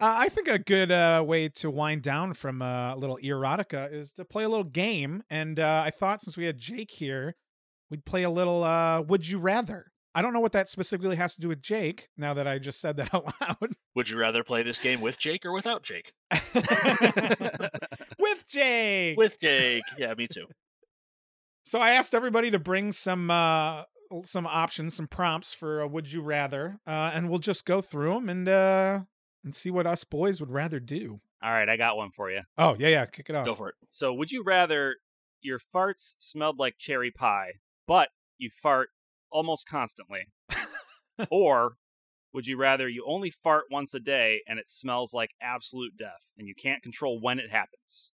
Uh, I think a good uh, way to wind down from uh, a little erotica is to play a little game. And uh, I thought since we had Jake here, we'd play a little uh, Would You Rather. I don't know what that specifically has to do with Jake now that I just said that *laughs* out
*laughs* Would you rather play this game with Jake or without Jake?
loud. With Jake.
With Jake. Yeah, me
*laughs*
too.
So I asked everybody to bring some uh some options, some prompts for a would you rather, uh, and we'll just go through them and uh and see what us boys would rather do.
All right, I got one for you.
Oh yeah, yeah, kick it off.
Go for it.
So, would you rather your farts smelled like cherry pie, but you fart almost
*laughs*
constantly? or would you rather you only fart once a day and it smells like absolute death and you can't control when it happens?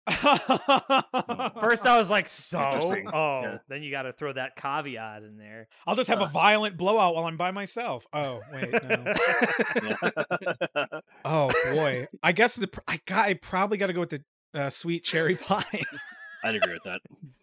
First, I was like, so. Oh,
Interesting. Yeah.
then you got to throw that caveat in there.
*laughs* I'll just have a
Uh.
violent blowout while I'm by myself. Oh wait,
*laughs*
no.
Yeah. *laughs*
oh boy, I guess the pr- I got I probably got to go with the uh,
*laughs*
sweet cherry pie.
I'd agree with that.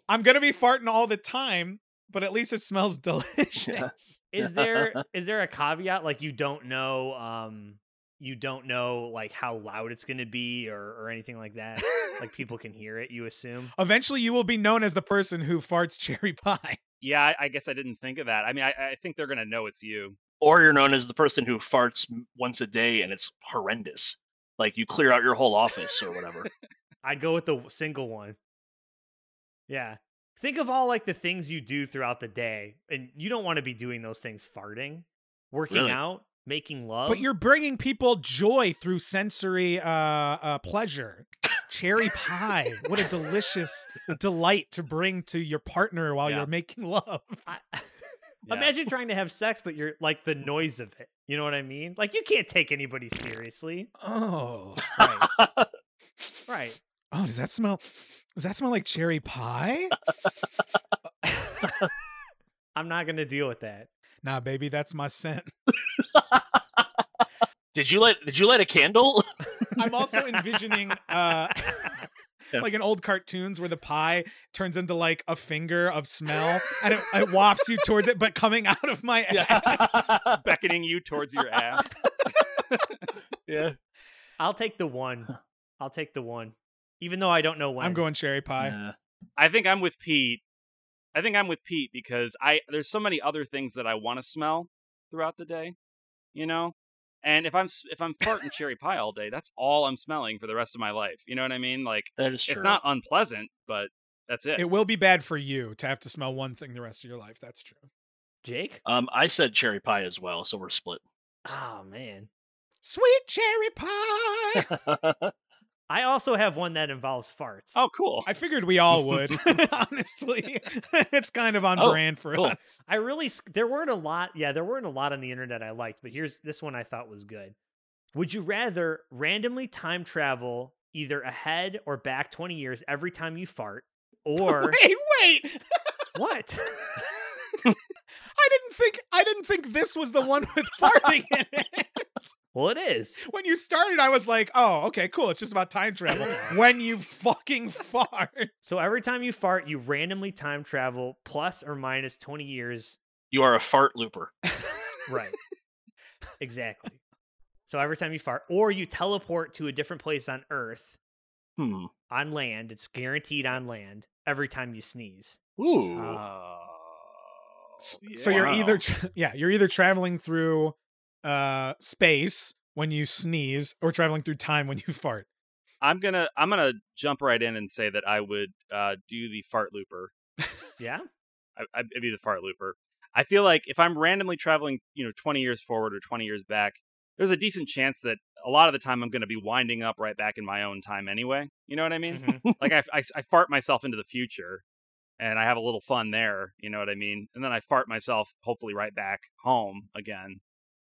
I'm gonna be farting all the time, but at least it smells *laughs* delicious.
is
*laughs*
there is there a caveat like you don't know um you don't know like how loud it's going to be or or anything like that
*laughs*
like people can hear it you assume
Eventually, you will be known as the person who farts cherry pie.
Yeah, I, I guess I didn't think of that. I mean, I, I think they're going to know it's you.
Or you're known as the person who farts m- once a day and it's horrendous. Like you clear out your whole office or whatever.
i'd go with the single one yeah think of all like the things you do throughout the day and you don't want to be doing those things farting working
Really?
out making love
But you're bringing people joy through sensory uh, uh, pleasure. Cherry pie.
*laughs*
What a delicious delight to bring to your partner while
Yeah.
you're making love.
I, *laughs*
Yeah.
imagine trying to have sex but you're like the noise of it you know what i mean like you can't take anybody seriously
Oh.
right
*laughs*
right
Oh, does that smell? Does that smell like cherry pie?
i'm not going to deal with that
Nah, baby, that's my scent.
Did you light did you light a candle? *laughs*
I'm *laughs* also envisioning uh *laughs*
Yeah.
like in old cartoons where the pie turns into like a finger of smell and it, it wafts you towards it, but coming *laughs* out of my ass.
yeah.
Beckoning you towards your ass.
Yeah.
I'll take the one. I'll take the one. Even though I don't know when.
I'm going cherry pie.
Yeah.
I think I'm with Pete. I think I'm with Pete because I there's so many other things that I want to smell throughout the day, you know. And if I'm s- if I'm farting cherry pie all day, that's all I'm smelling for the rest of my life. You know what I mean? Like
That is true.
it's not unpleasant, but that's it.
It will be bad for you to have to smell one thing the rest of your life. That's true.
Jake?
um I said cherry pie as well, so we're split.
Oh man.
Sweet cherry pie. *laughs*
I also have one that involves farts.
oh, cool.
I figured we all would. *laughs* Honestly, *laughs* it's kind of on
Oh,
brand for
cool.
us. *laughs*
I really s- there weren't a lot. Yeah, there weren't a lot on the internet I liked, but here's this one I thought was good. Would you rather randomly time travel either ahead or back 20 years every time you fart or
Wait, wait.
what?
I didn't think I didn't think this was the one with farting in it.
Well, it is.
When you started, I was like, "Oh, okay, cool. It's just about time travel." when you fucking fart,
So every time you fart, you randomly time travel plus or minus 20 years
you are a fart looper.
Right. exactly. So every time you fart, or you teleport to a different place on Earth,
Hmm.
on land, it's guaranteed on land every time you sneeze.
Ooh.
Oh,
S- so you're
wow.
either tra- yeah, you're either traveling through uh space when you sneeze or traveling through time when you fart.
I'm gonna I'm gonna jump right in and say that I would uh, do the fart looper
Yeah.
I, I'd be the fart looper. I feel like if I'm randomly traveling, you know, 20 years forward or 20 years back, there's a decent chance that a lot of the time I'm going to be winding up
*laughs*
right back in my own time anyway. You know what I mean?
Mhm.
like I, I, I fart myself into the future, and I have a little fun there. You know what I mean? And then I fart myself, hopefully, right back home again,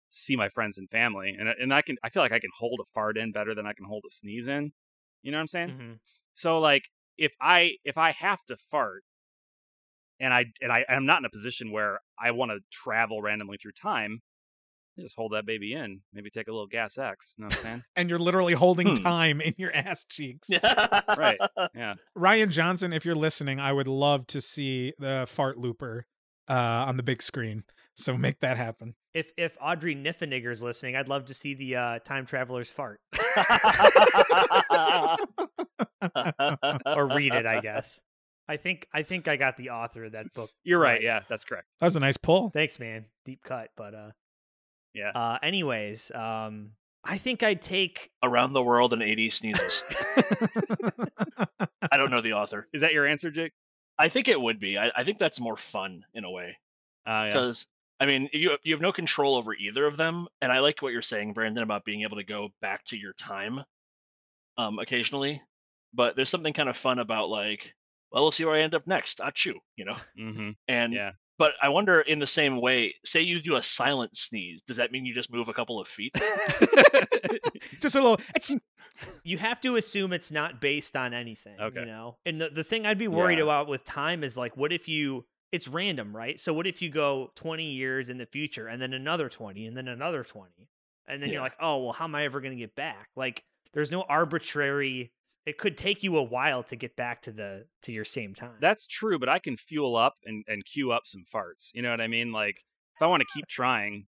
see my friends and family, and I- and I can I feel like I can hold a fart in better than I can hold a sneeze in. You know what I'm saying?
hmm
So like if I if I have to fart and I and I I'm not in a position where I want to travel randomly through time, I just hold that baby in. Maybe take a little gas X. You know what I'm saying?
and you're literally holding
Hmm.
time in your ass cheeks.
*laughs*
Right.
right.
Yeah.
Ryan Johnson, if you're listening, I would love to see the fart looper uh, on the big screen. So make that happen.
If if Audrey Niffenigger's listening, I'd love to see the uh, time traveler's fart or read it. I guess. I think I think I got the author of that book.
You're right.
Right.
Yeah, that's correct.
That was a nice pull.
Thanks, man. Deep cut, but uh,
Yeah.
Uh, anyways, um, I think I'd take.
Around the world in 80 sneezes. I don't know the author.
Is that your answer, Jake?
I think it would be. I, I think that's more fun in a way.
Oh yeah.
because I mean you you have no control over either of them, and I like what you're saying, Brandon, about being able to go back to your time, um, occasionally. But there's something kind of fun about like, well, we'll see where I end up next. I chew, you know.
hmm
And
Yeah.
but I wonder in the same way, say you do a silent sneeze, does that mean you just move a couple of feet?
*laughs* Just a little. It's,
You have to assume it's not based on anything.
Okay.
You know, and the the thing I'd be worried
Yeah.
about with time is like, what if you? It's random, right? So what if you go 20 years in the future and then another 20 and then another 20, and then you're
Yeah.
like, oh well, how am I ever gonna get back? Like, there's no arbitrary. It could take you a while to get back to the to your same time.
That's true, but I can fuel up and, and queue up some farts. You know what I mean? Like if I want to keep trying,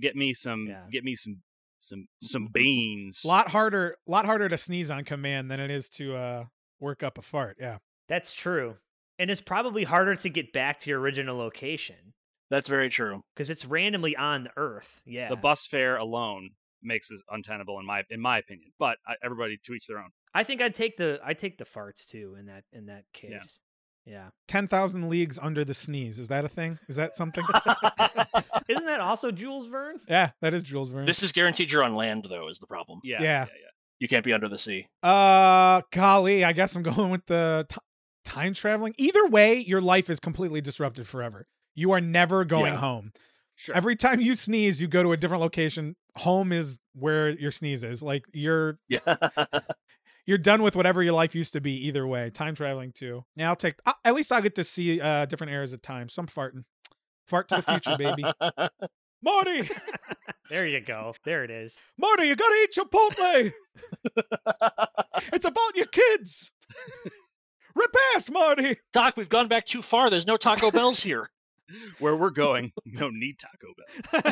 get me some
Yeah.
get me some some some beans.
lot harder lot harder to sneeze on command than it is to uh work up a fart yeah
That's true. And it's probably harder to get back to your original location
That's very true. *laughs*
because it's randomly on the Earth. Yeah.
The bus fare alone makes this untenable in my in my opinion. But I, everybody to each their own.
I think I'd take the I take the farts too in that in that
Yeah.
case. *laughs* Yeah.
10,000 leagues under the sneeze is that a thing is that something
Isn't that also Jules Verne?
yeah that is Jules Verne
this is guaranteed you're on land though, is the problem.
Yeah.
Yeah.
You can't be under the sea.
uh golly I guess I'm going with the t- time traveling either way your life is completely disrupted forever you are never going
Yeah.
home
Sure.
every time you sneeze you go to a different location home is where your sneeze is like you're
Yeah.
you're done with whatever your life used to be either way time traveling too now i'll take I- at least i'll get to see uh different eras of time so i'm farting fart to the future baby marty
There you go. There it *laughs* is.
marty you gotta eat chipotle it's about your kids rip ass marty
*laughs* Doc, we've gone back too far. There's no Taco Bells here.
Where we're going, no need Taco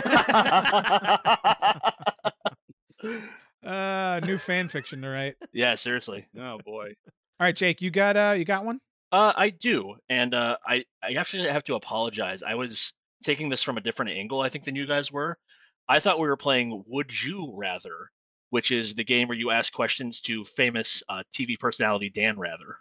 Bell.
uh new fan fiction to write all
yeah, seriously.
Oh boy.
right jake you got uh you got one
Uh, I do, and uh, I I actually have to apologize. I was taking this from a different angle, I think, than you guys were. I thought we were playing Would You Rather, which is the game where you ask questions to famous uh, TV personality Dan Rather.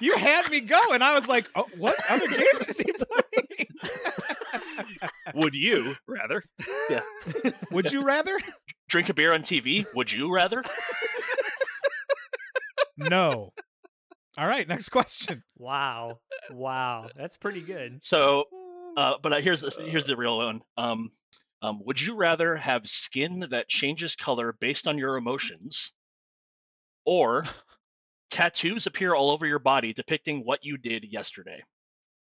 you had me going i was like oh, what other game is he playing
Would you rather?
Yeah.
*laughs* would you rather
Drink a beer on TV? Would you rather?
no all right next question
Wow. Wow. That's pretty good.
So, uh, but uh, here's the- here's the real one. Um, um, would you rather have skin that changes color based on your emotions, or tattoos appear all over your body depicting what you did yesterday?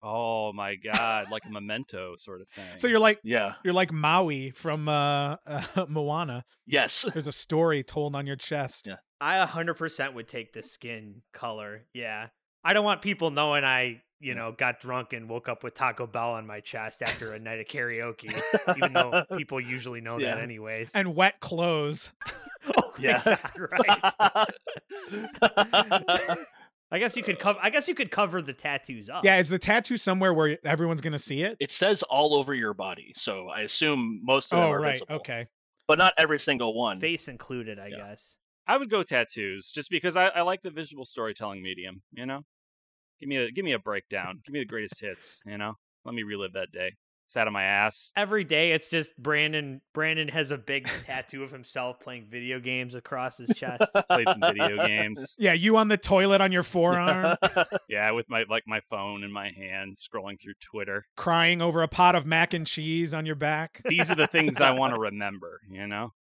Oh my god, like a memento sort of thing.
so you're like
Yeah.
You're like Maui from uh, *laughs* uh, Moana.
Yes. *laughs*
There's a story told on your chest.
Yeah.
I 100% would take the skin color. Yeah. I don't want people knowing I, you know, got drunk and woke up with Taco Bell on my chest after a night of karaoke, even *laughs* though people usually know
Yeah.
that anyways.
And wet clothes.
*laughs* Oh my
Yeah.
God, *laughs* right. *laughs* I guess you could cover. I guess you could cover the tattoos up.
Yeah, is the tattoo somewhere where everyone's gonna see it?
it says all over your body, so I assume most of them
Oh,
are
right.
visible,
Okay.
but not every single one.
face included. I
Yeah.
guess.
I would go tattoos just because I, I like the visual storytelling medium, you know? Give me a give me a breakdown. Give me the greatest hits, you know? Let me relive that day. It's out of my ass.
Every day, it's just Brandon. Brandon has a big *laughs* tattoo of himself playing video games across his
*laughs*
chest.
Played some video games.
Yeah, you on the toilet on your forearm,
Yeah, with my like my phone in my hand, scrolling through Twitter.
crying over a pot of mac and cheese on your
*laughs*
back.
These are the things I *laughs* want to remember. You know,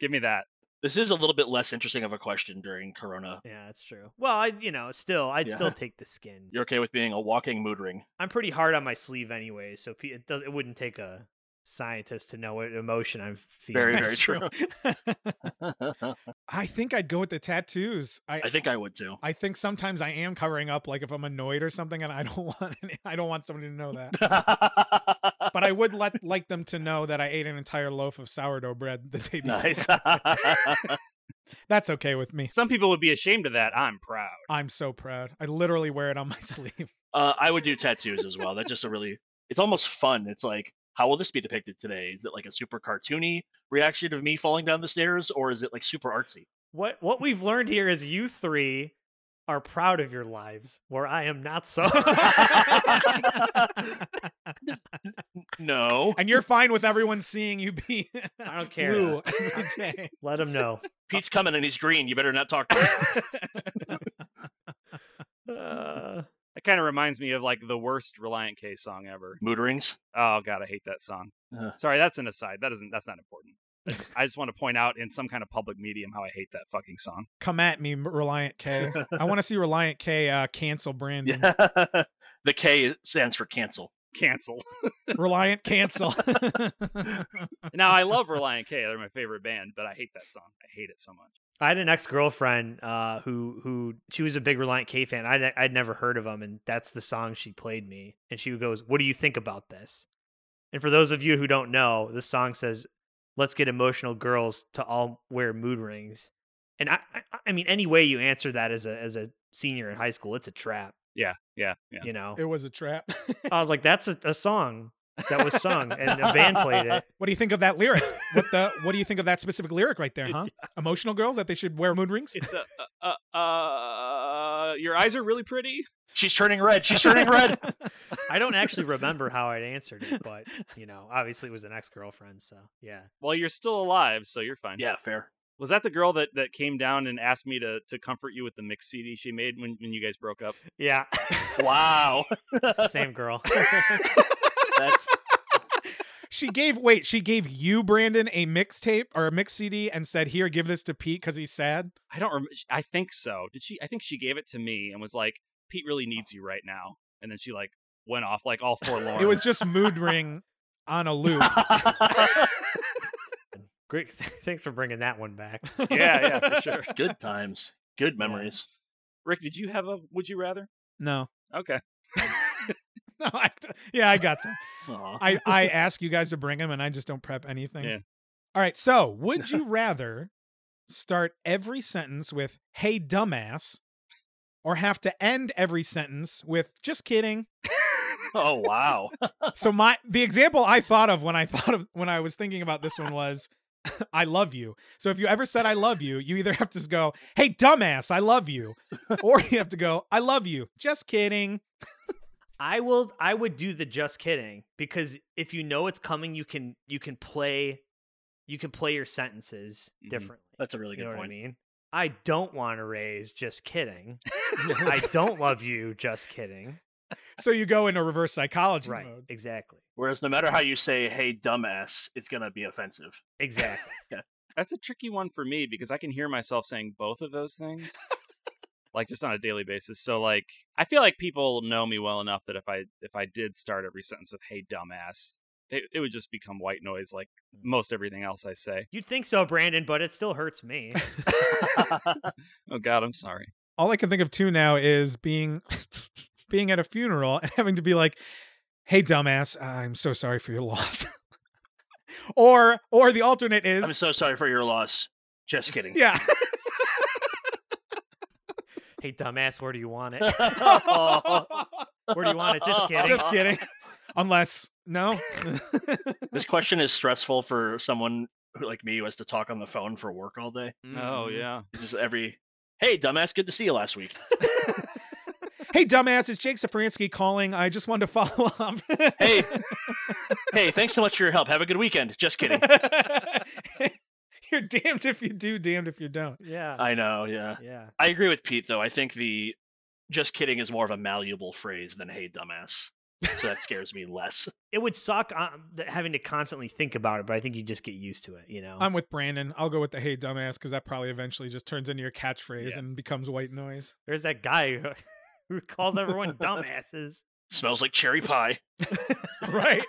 give me that.
*laughs* This is a little bit less interesting of a question during Corona.
yeah, that's true. Well, I, you know, still, I'd
Yeah.
still take the skin.
You're okay with being a walking mood ring. *laughs*
I'm pretty hard on my sleeve anyway, so pe- it does. It wouldn't take a scientist to know what emotion I'm feeling. *laughs*
Very,
That's
true. I
I think I'd go with the tattoos. I, I,
think I would too.
think sometimes I am covering up, like if I'm annoyed or something, and I don't *laughs* want any, I don't want somebody to know that. But I would let like them to know that I ate an entire loaf of sourdough bread
*laughs*
the day before.
*laughs* nice.
That's okay with me.
Some people would be ashamed of that. I'm proud.
I'm so proud. I literally wear it on my *laughs* sleeve.
Uh, I would do tattoos as well. That's just a really, it's almost fun. It's like, how will this be depicted today? Is it like a super cartoony reaction of me falling down the stairs, or is it like super artsy?
What what we've learned here is you three are proud of your lives, where I am not so. *laughs* *laughs*
No.
And you're fine with everyone seeing you be *laughs*
*laughs*
I don't care.
blue
*laughs*
*laughs* every day.
Let them know. *laughs*
Pete's coming and he's green. You better not talk to him.
Uh,
That kind of reminds me of like the worst Reliant K song ever.
Mood *laughs* rings.
Oh god, I hate that song.
Ugh.
Sorry, that's an aside. That isn't. That's not important. I just, I just want to point out in some kind of public medium how I hate that fucking song. *laughs*
Come at me, Reliant K. I want to see Reliant K uh, cancel Brandon.
*laughs*
Yeah.
Mm-hmm.
the K stands for cancel.
Cancel.
*laughs*
Reliant cancel.
now I love Reliant K. They're my favorite band, but I hate that song. I hate it so much.
I had an ex girlfriend uh, who who she was a big Reliant K fan. I'd I'd never heard of them, and that's the song she played me. And she goes, "What do you think about this?" And for those of you who don't know, this song says, "Let's get emotional, girls, to all wear mood rings." And I I, I mean, any way you answer that as a as a senior in high school, it's a trap.
Yeah, yeah, yeah.
You know,
it was a trap. *laughs*
I was like, "That's a, a song that was sung, and a band played it."
what do you think of that lyric? What the? What do you think of that specific lyric right there? Huh?
It's-
Emotional girls that they should wear mood rings.
It's a uh, uh, uh, your eyes are really pretty.
She's turning red. She's
*laughs*
turning red.
I don't actually remember how I'd answered it, but you know, obviously it was an ex girlfriend, so yeah.
Well, you're still alive, so you're fine.
yeah, fair.
Was that the girl that, that came down and asked me to, to comfort you with the mix CD she made when, when you guys broke up?
*laughs* Yeah.
Wow.
Same girl. *laughs*
That's
*laughs* She gave wait. She gave you Brandon a mixtape or a mix CD and said, "Here, give this to Pete because he's sad."
I don't remember. I think so. Did she? I think she gave it to me and was like, "Pete really needs you right now." And then she like went off like all forlorn.
Oh. *laughs* It was just mood ring on a loop.
Great. Thanks for bringing that one back.
yeah, yeah, for
*laughs*
sure.
good times. Good memories.
Rick, did you have a would you rather?
No.
Okay.
*laughs* No, I, yeah, I got some.
Aw.
I, I ask you guys to bring them, and I just don't prep anything.
Yeah.
All right. So, would you rather start every sentence with "Hey, dumbass," or have to end every sentence with "Just kidding"?
Oh wow.
so my the example I thought of when I *laughs* thought of when I was thinking about this one was *laughs* I love you. So if you ever said I love you, you either have to go, "Hey dumbass, I love you," or you have to go, "I love you." Just kidding.
I will I would do the just kidding because if you know it's coming, you can you can play you can play your sentences
Mhm.
differently.
Mm-hmm. That's a really
You know
good
what I
point.
mean? I don't want to raise just
*laughs*
kidding. I don't love you just kidding.
So you go into reverse psychology
Right.
mode.
Exactly.
Whereas no matter how you say "Hey, dumbass," it's gonna be offensive.
Exactly.
That's a tricky one for me because I can hear myself saying both of those things. like just on a daily basis. So like I feel like people know me well enough that if I if I did start every sentence with hey dumbass, they, it would just become white noise like
Mm.
most everything else I say.
You'd think so, Brandon, but it still hurts
*laughs*
me.
Oh god, I'm sorry.
All I can think of too now is being *laughs* being at a funeral and having to be like, "Hey dumbass, I'm so sorry for your loss." *laughs* or or the alternate is
I'm so sorry for your loss. Just kidding. *laughs*
yeah. *laughs*
hey, dumbass, where do you want it?
Where *laughs*
Where do you want it? Just kidding.
Just kidding. Unless no.
*laughs*
*laughs*
This question is stressful for someone who, like me who has to talk on the phone for work all day.
Oh
Mm-hmm.
yeah.
It's just every "Hey, dumbass, good to see you last week."
*laughs* hey, dumbass, it's Jake Safransky calling. I just wanted to follow up.
Hey, hey, thanks so much for your help. Have a good weekend.
*laughs*
Just kidding.
you're damned if you do, damned if you don't.
Yeah.
I know, yeah.
yeah.
I agree with Pete though. I think the just kidding is more of a malleable phrase than hey dumbass. So that scares me less.
It would suck um, that having to constantly think about it, but I think you just get used to it, you know?
I'm with Brandon. I'll go with the hey dumbass because that probably eventually just turns into your catchphrase
Yeah.
and becomes white noise.
There's that guy who, *laughs* who calls everyone dumbasses.
Smells like cherry pie.
right.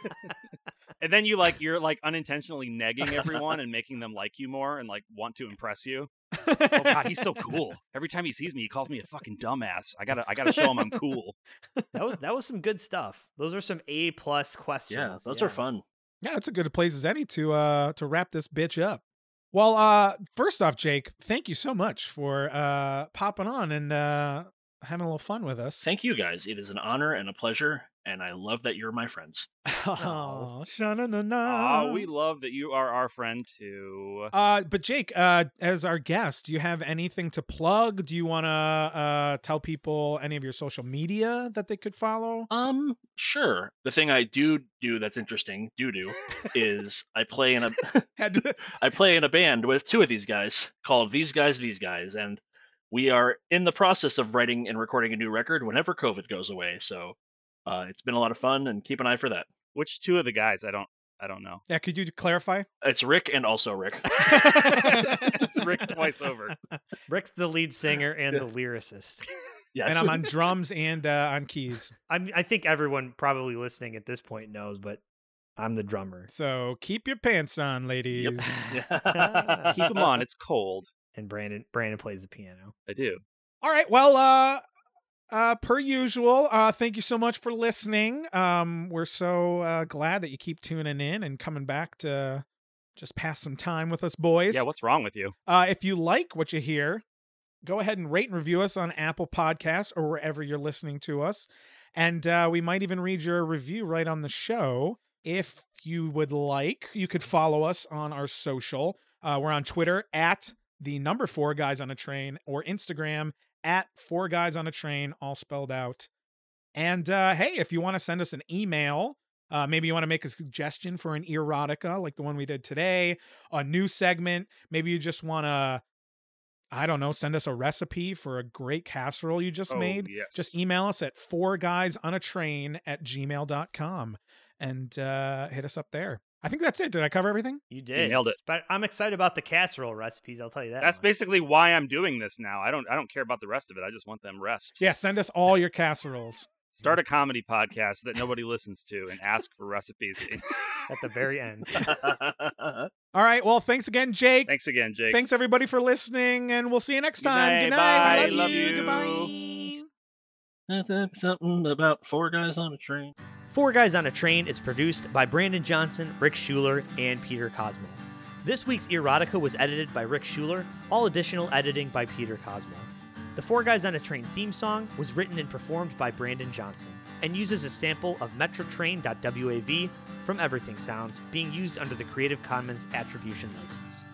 And then you like you're like unintentionally negging everyone and making them like you more and like want to impress you. Oh god,
*laughs*
he's so cool. Every time he sees me, he calls me a fucking dumbass. I gotta I gotta show him I'm
*laughs*
cool.
That was that was some good stuff. Those are some A plus questions.
Yeah, those are fun.
Yeah, it's a good place as any to uh to wrap this bitch up. Well, uh first off, Jake, thank you so much for uh popping on and uh having a little fun with *laughs* us.
Thank you guys. It is an honor and a pleasure, and I love that you're my friends.
Oh, sha-na-na-na.
Ah, we love that you are our friend too.
Uh, but Jake, uh, as our guest, do you have anything to plug? Do you want to uh, tell people any of your social media that they could follow?
Um, sure. The thing I do do that's interesting, do do, is I play in a *laughs*
Had to- *laughs*
I play in a band with two of these guys called These Guys These Guys, and we are in the process of writing and recording a new record whenever COVID goes away. So uh, it's been a lot of fun, and keep an eye for that.
Which two of the guys? I don't I don't know.
yeah, could you clarify?
It's Rick and also Rick. *laughs*
*laughs*
it's Rick twice over.
*laughs* Rick's the lead singer and the lyricist.
Yes.
And I'm
*laughs*
on drums and uh, on keys.
I'm, I think everyone probably listening at this point knows, but I'm the drummer.
So keep your pants on, ladies.
Yeah.
*laughs*
Keep him
*laughs*
on. It's cold.
And Brandon Brandon plays the piano.
I do.
All right. Well, uh, uh, per usual, uh, thank you so much for listening. Um, we're so uh, glad that you keep tuning in and coming back to just pass some time with us, boys.
Yeah, what's wrong with you?
Uh, if you like what you hear, go ahead and rate and review us on Apple Podcasts or wherever you're listening to us. And uh, we might even read your review right on the show. If you would like, you could follow us on our social. Uh, we're on Twitter at the number four guys on a train or Instagram at four guys on a train, all spelled out. And uh, hey, if you want to send us an email, uh, maybe you want to make a suggestion for an erotica like the one we did today, a new segment. Maybe you just want to, I don't know, send us a recipe for a great casserole you just
Oh,
made.
yes.
Just email us at four guys on a train at gmail.com and uh, hit us up there. I think that's it. Did I cover everything?
You did.
nailed it.
But I'm excited about the casserole recipes, I'll tell you that.
That's
much.
basically why I'm doing this now. I don't I don't care about the rest of it. I just want them rests.
Yeah, send us all your casseroles.
Start a comedy podcast that nobody listens to and ask for recipes. *laughs*
at the very end.
*laughs*
All right. Well, thanks again, Jake.
Thanks again, Jake.
Thanks everybody for listening, and we'll see you next
Good
time. Good
night.
night.
Bye.
We
Love you.
Goodbye.
Something about four guys on a train.
Four Guys on a Train is produced by Brandon Johnson, Rick Schuler, and Peter Cosmo. This week's erotica was edited by Rick Schuler, all additional editing by Peter Cosmo. The Four Guys on a Train theme song was written and performed by Brandon Johnson and uses a sample of MetroTrain.wav from Everything Sounds being used under the Creative Commons Attribution License.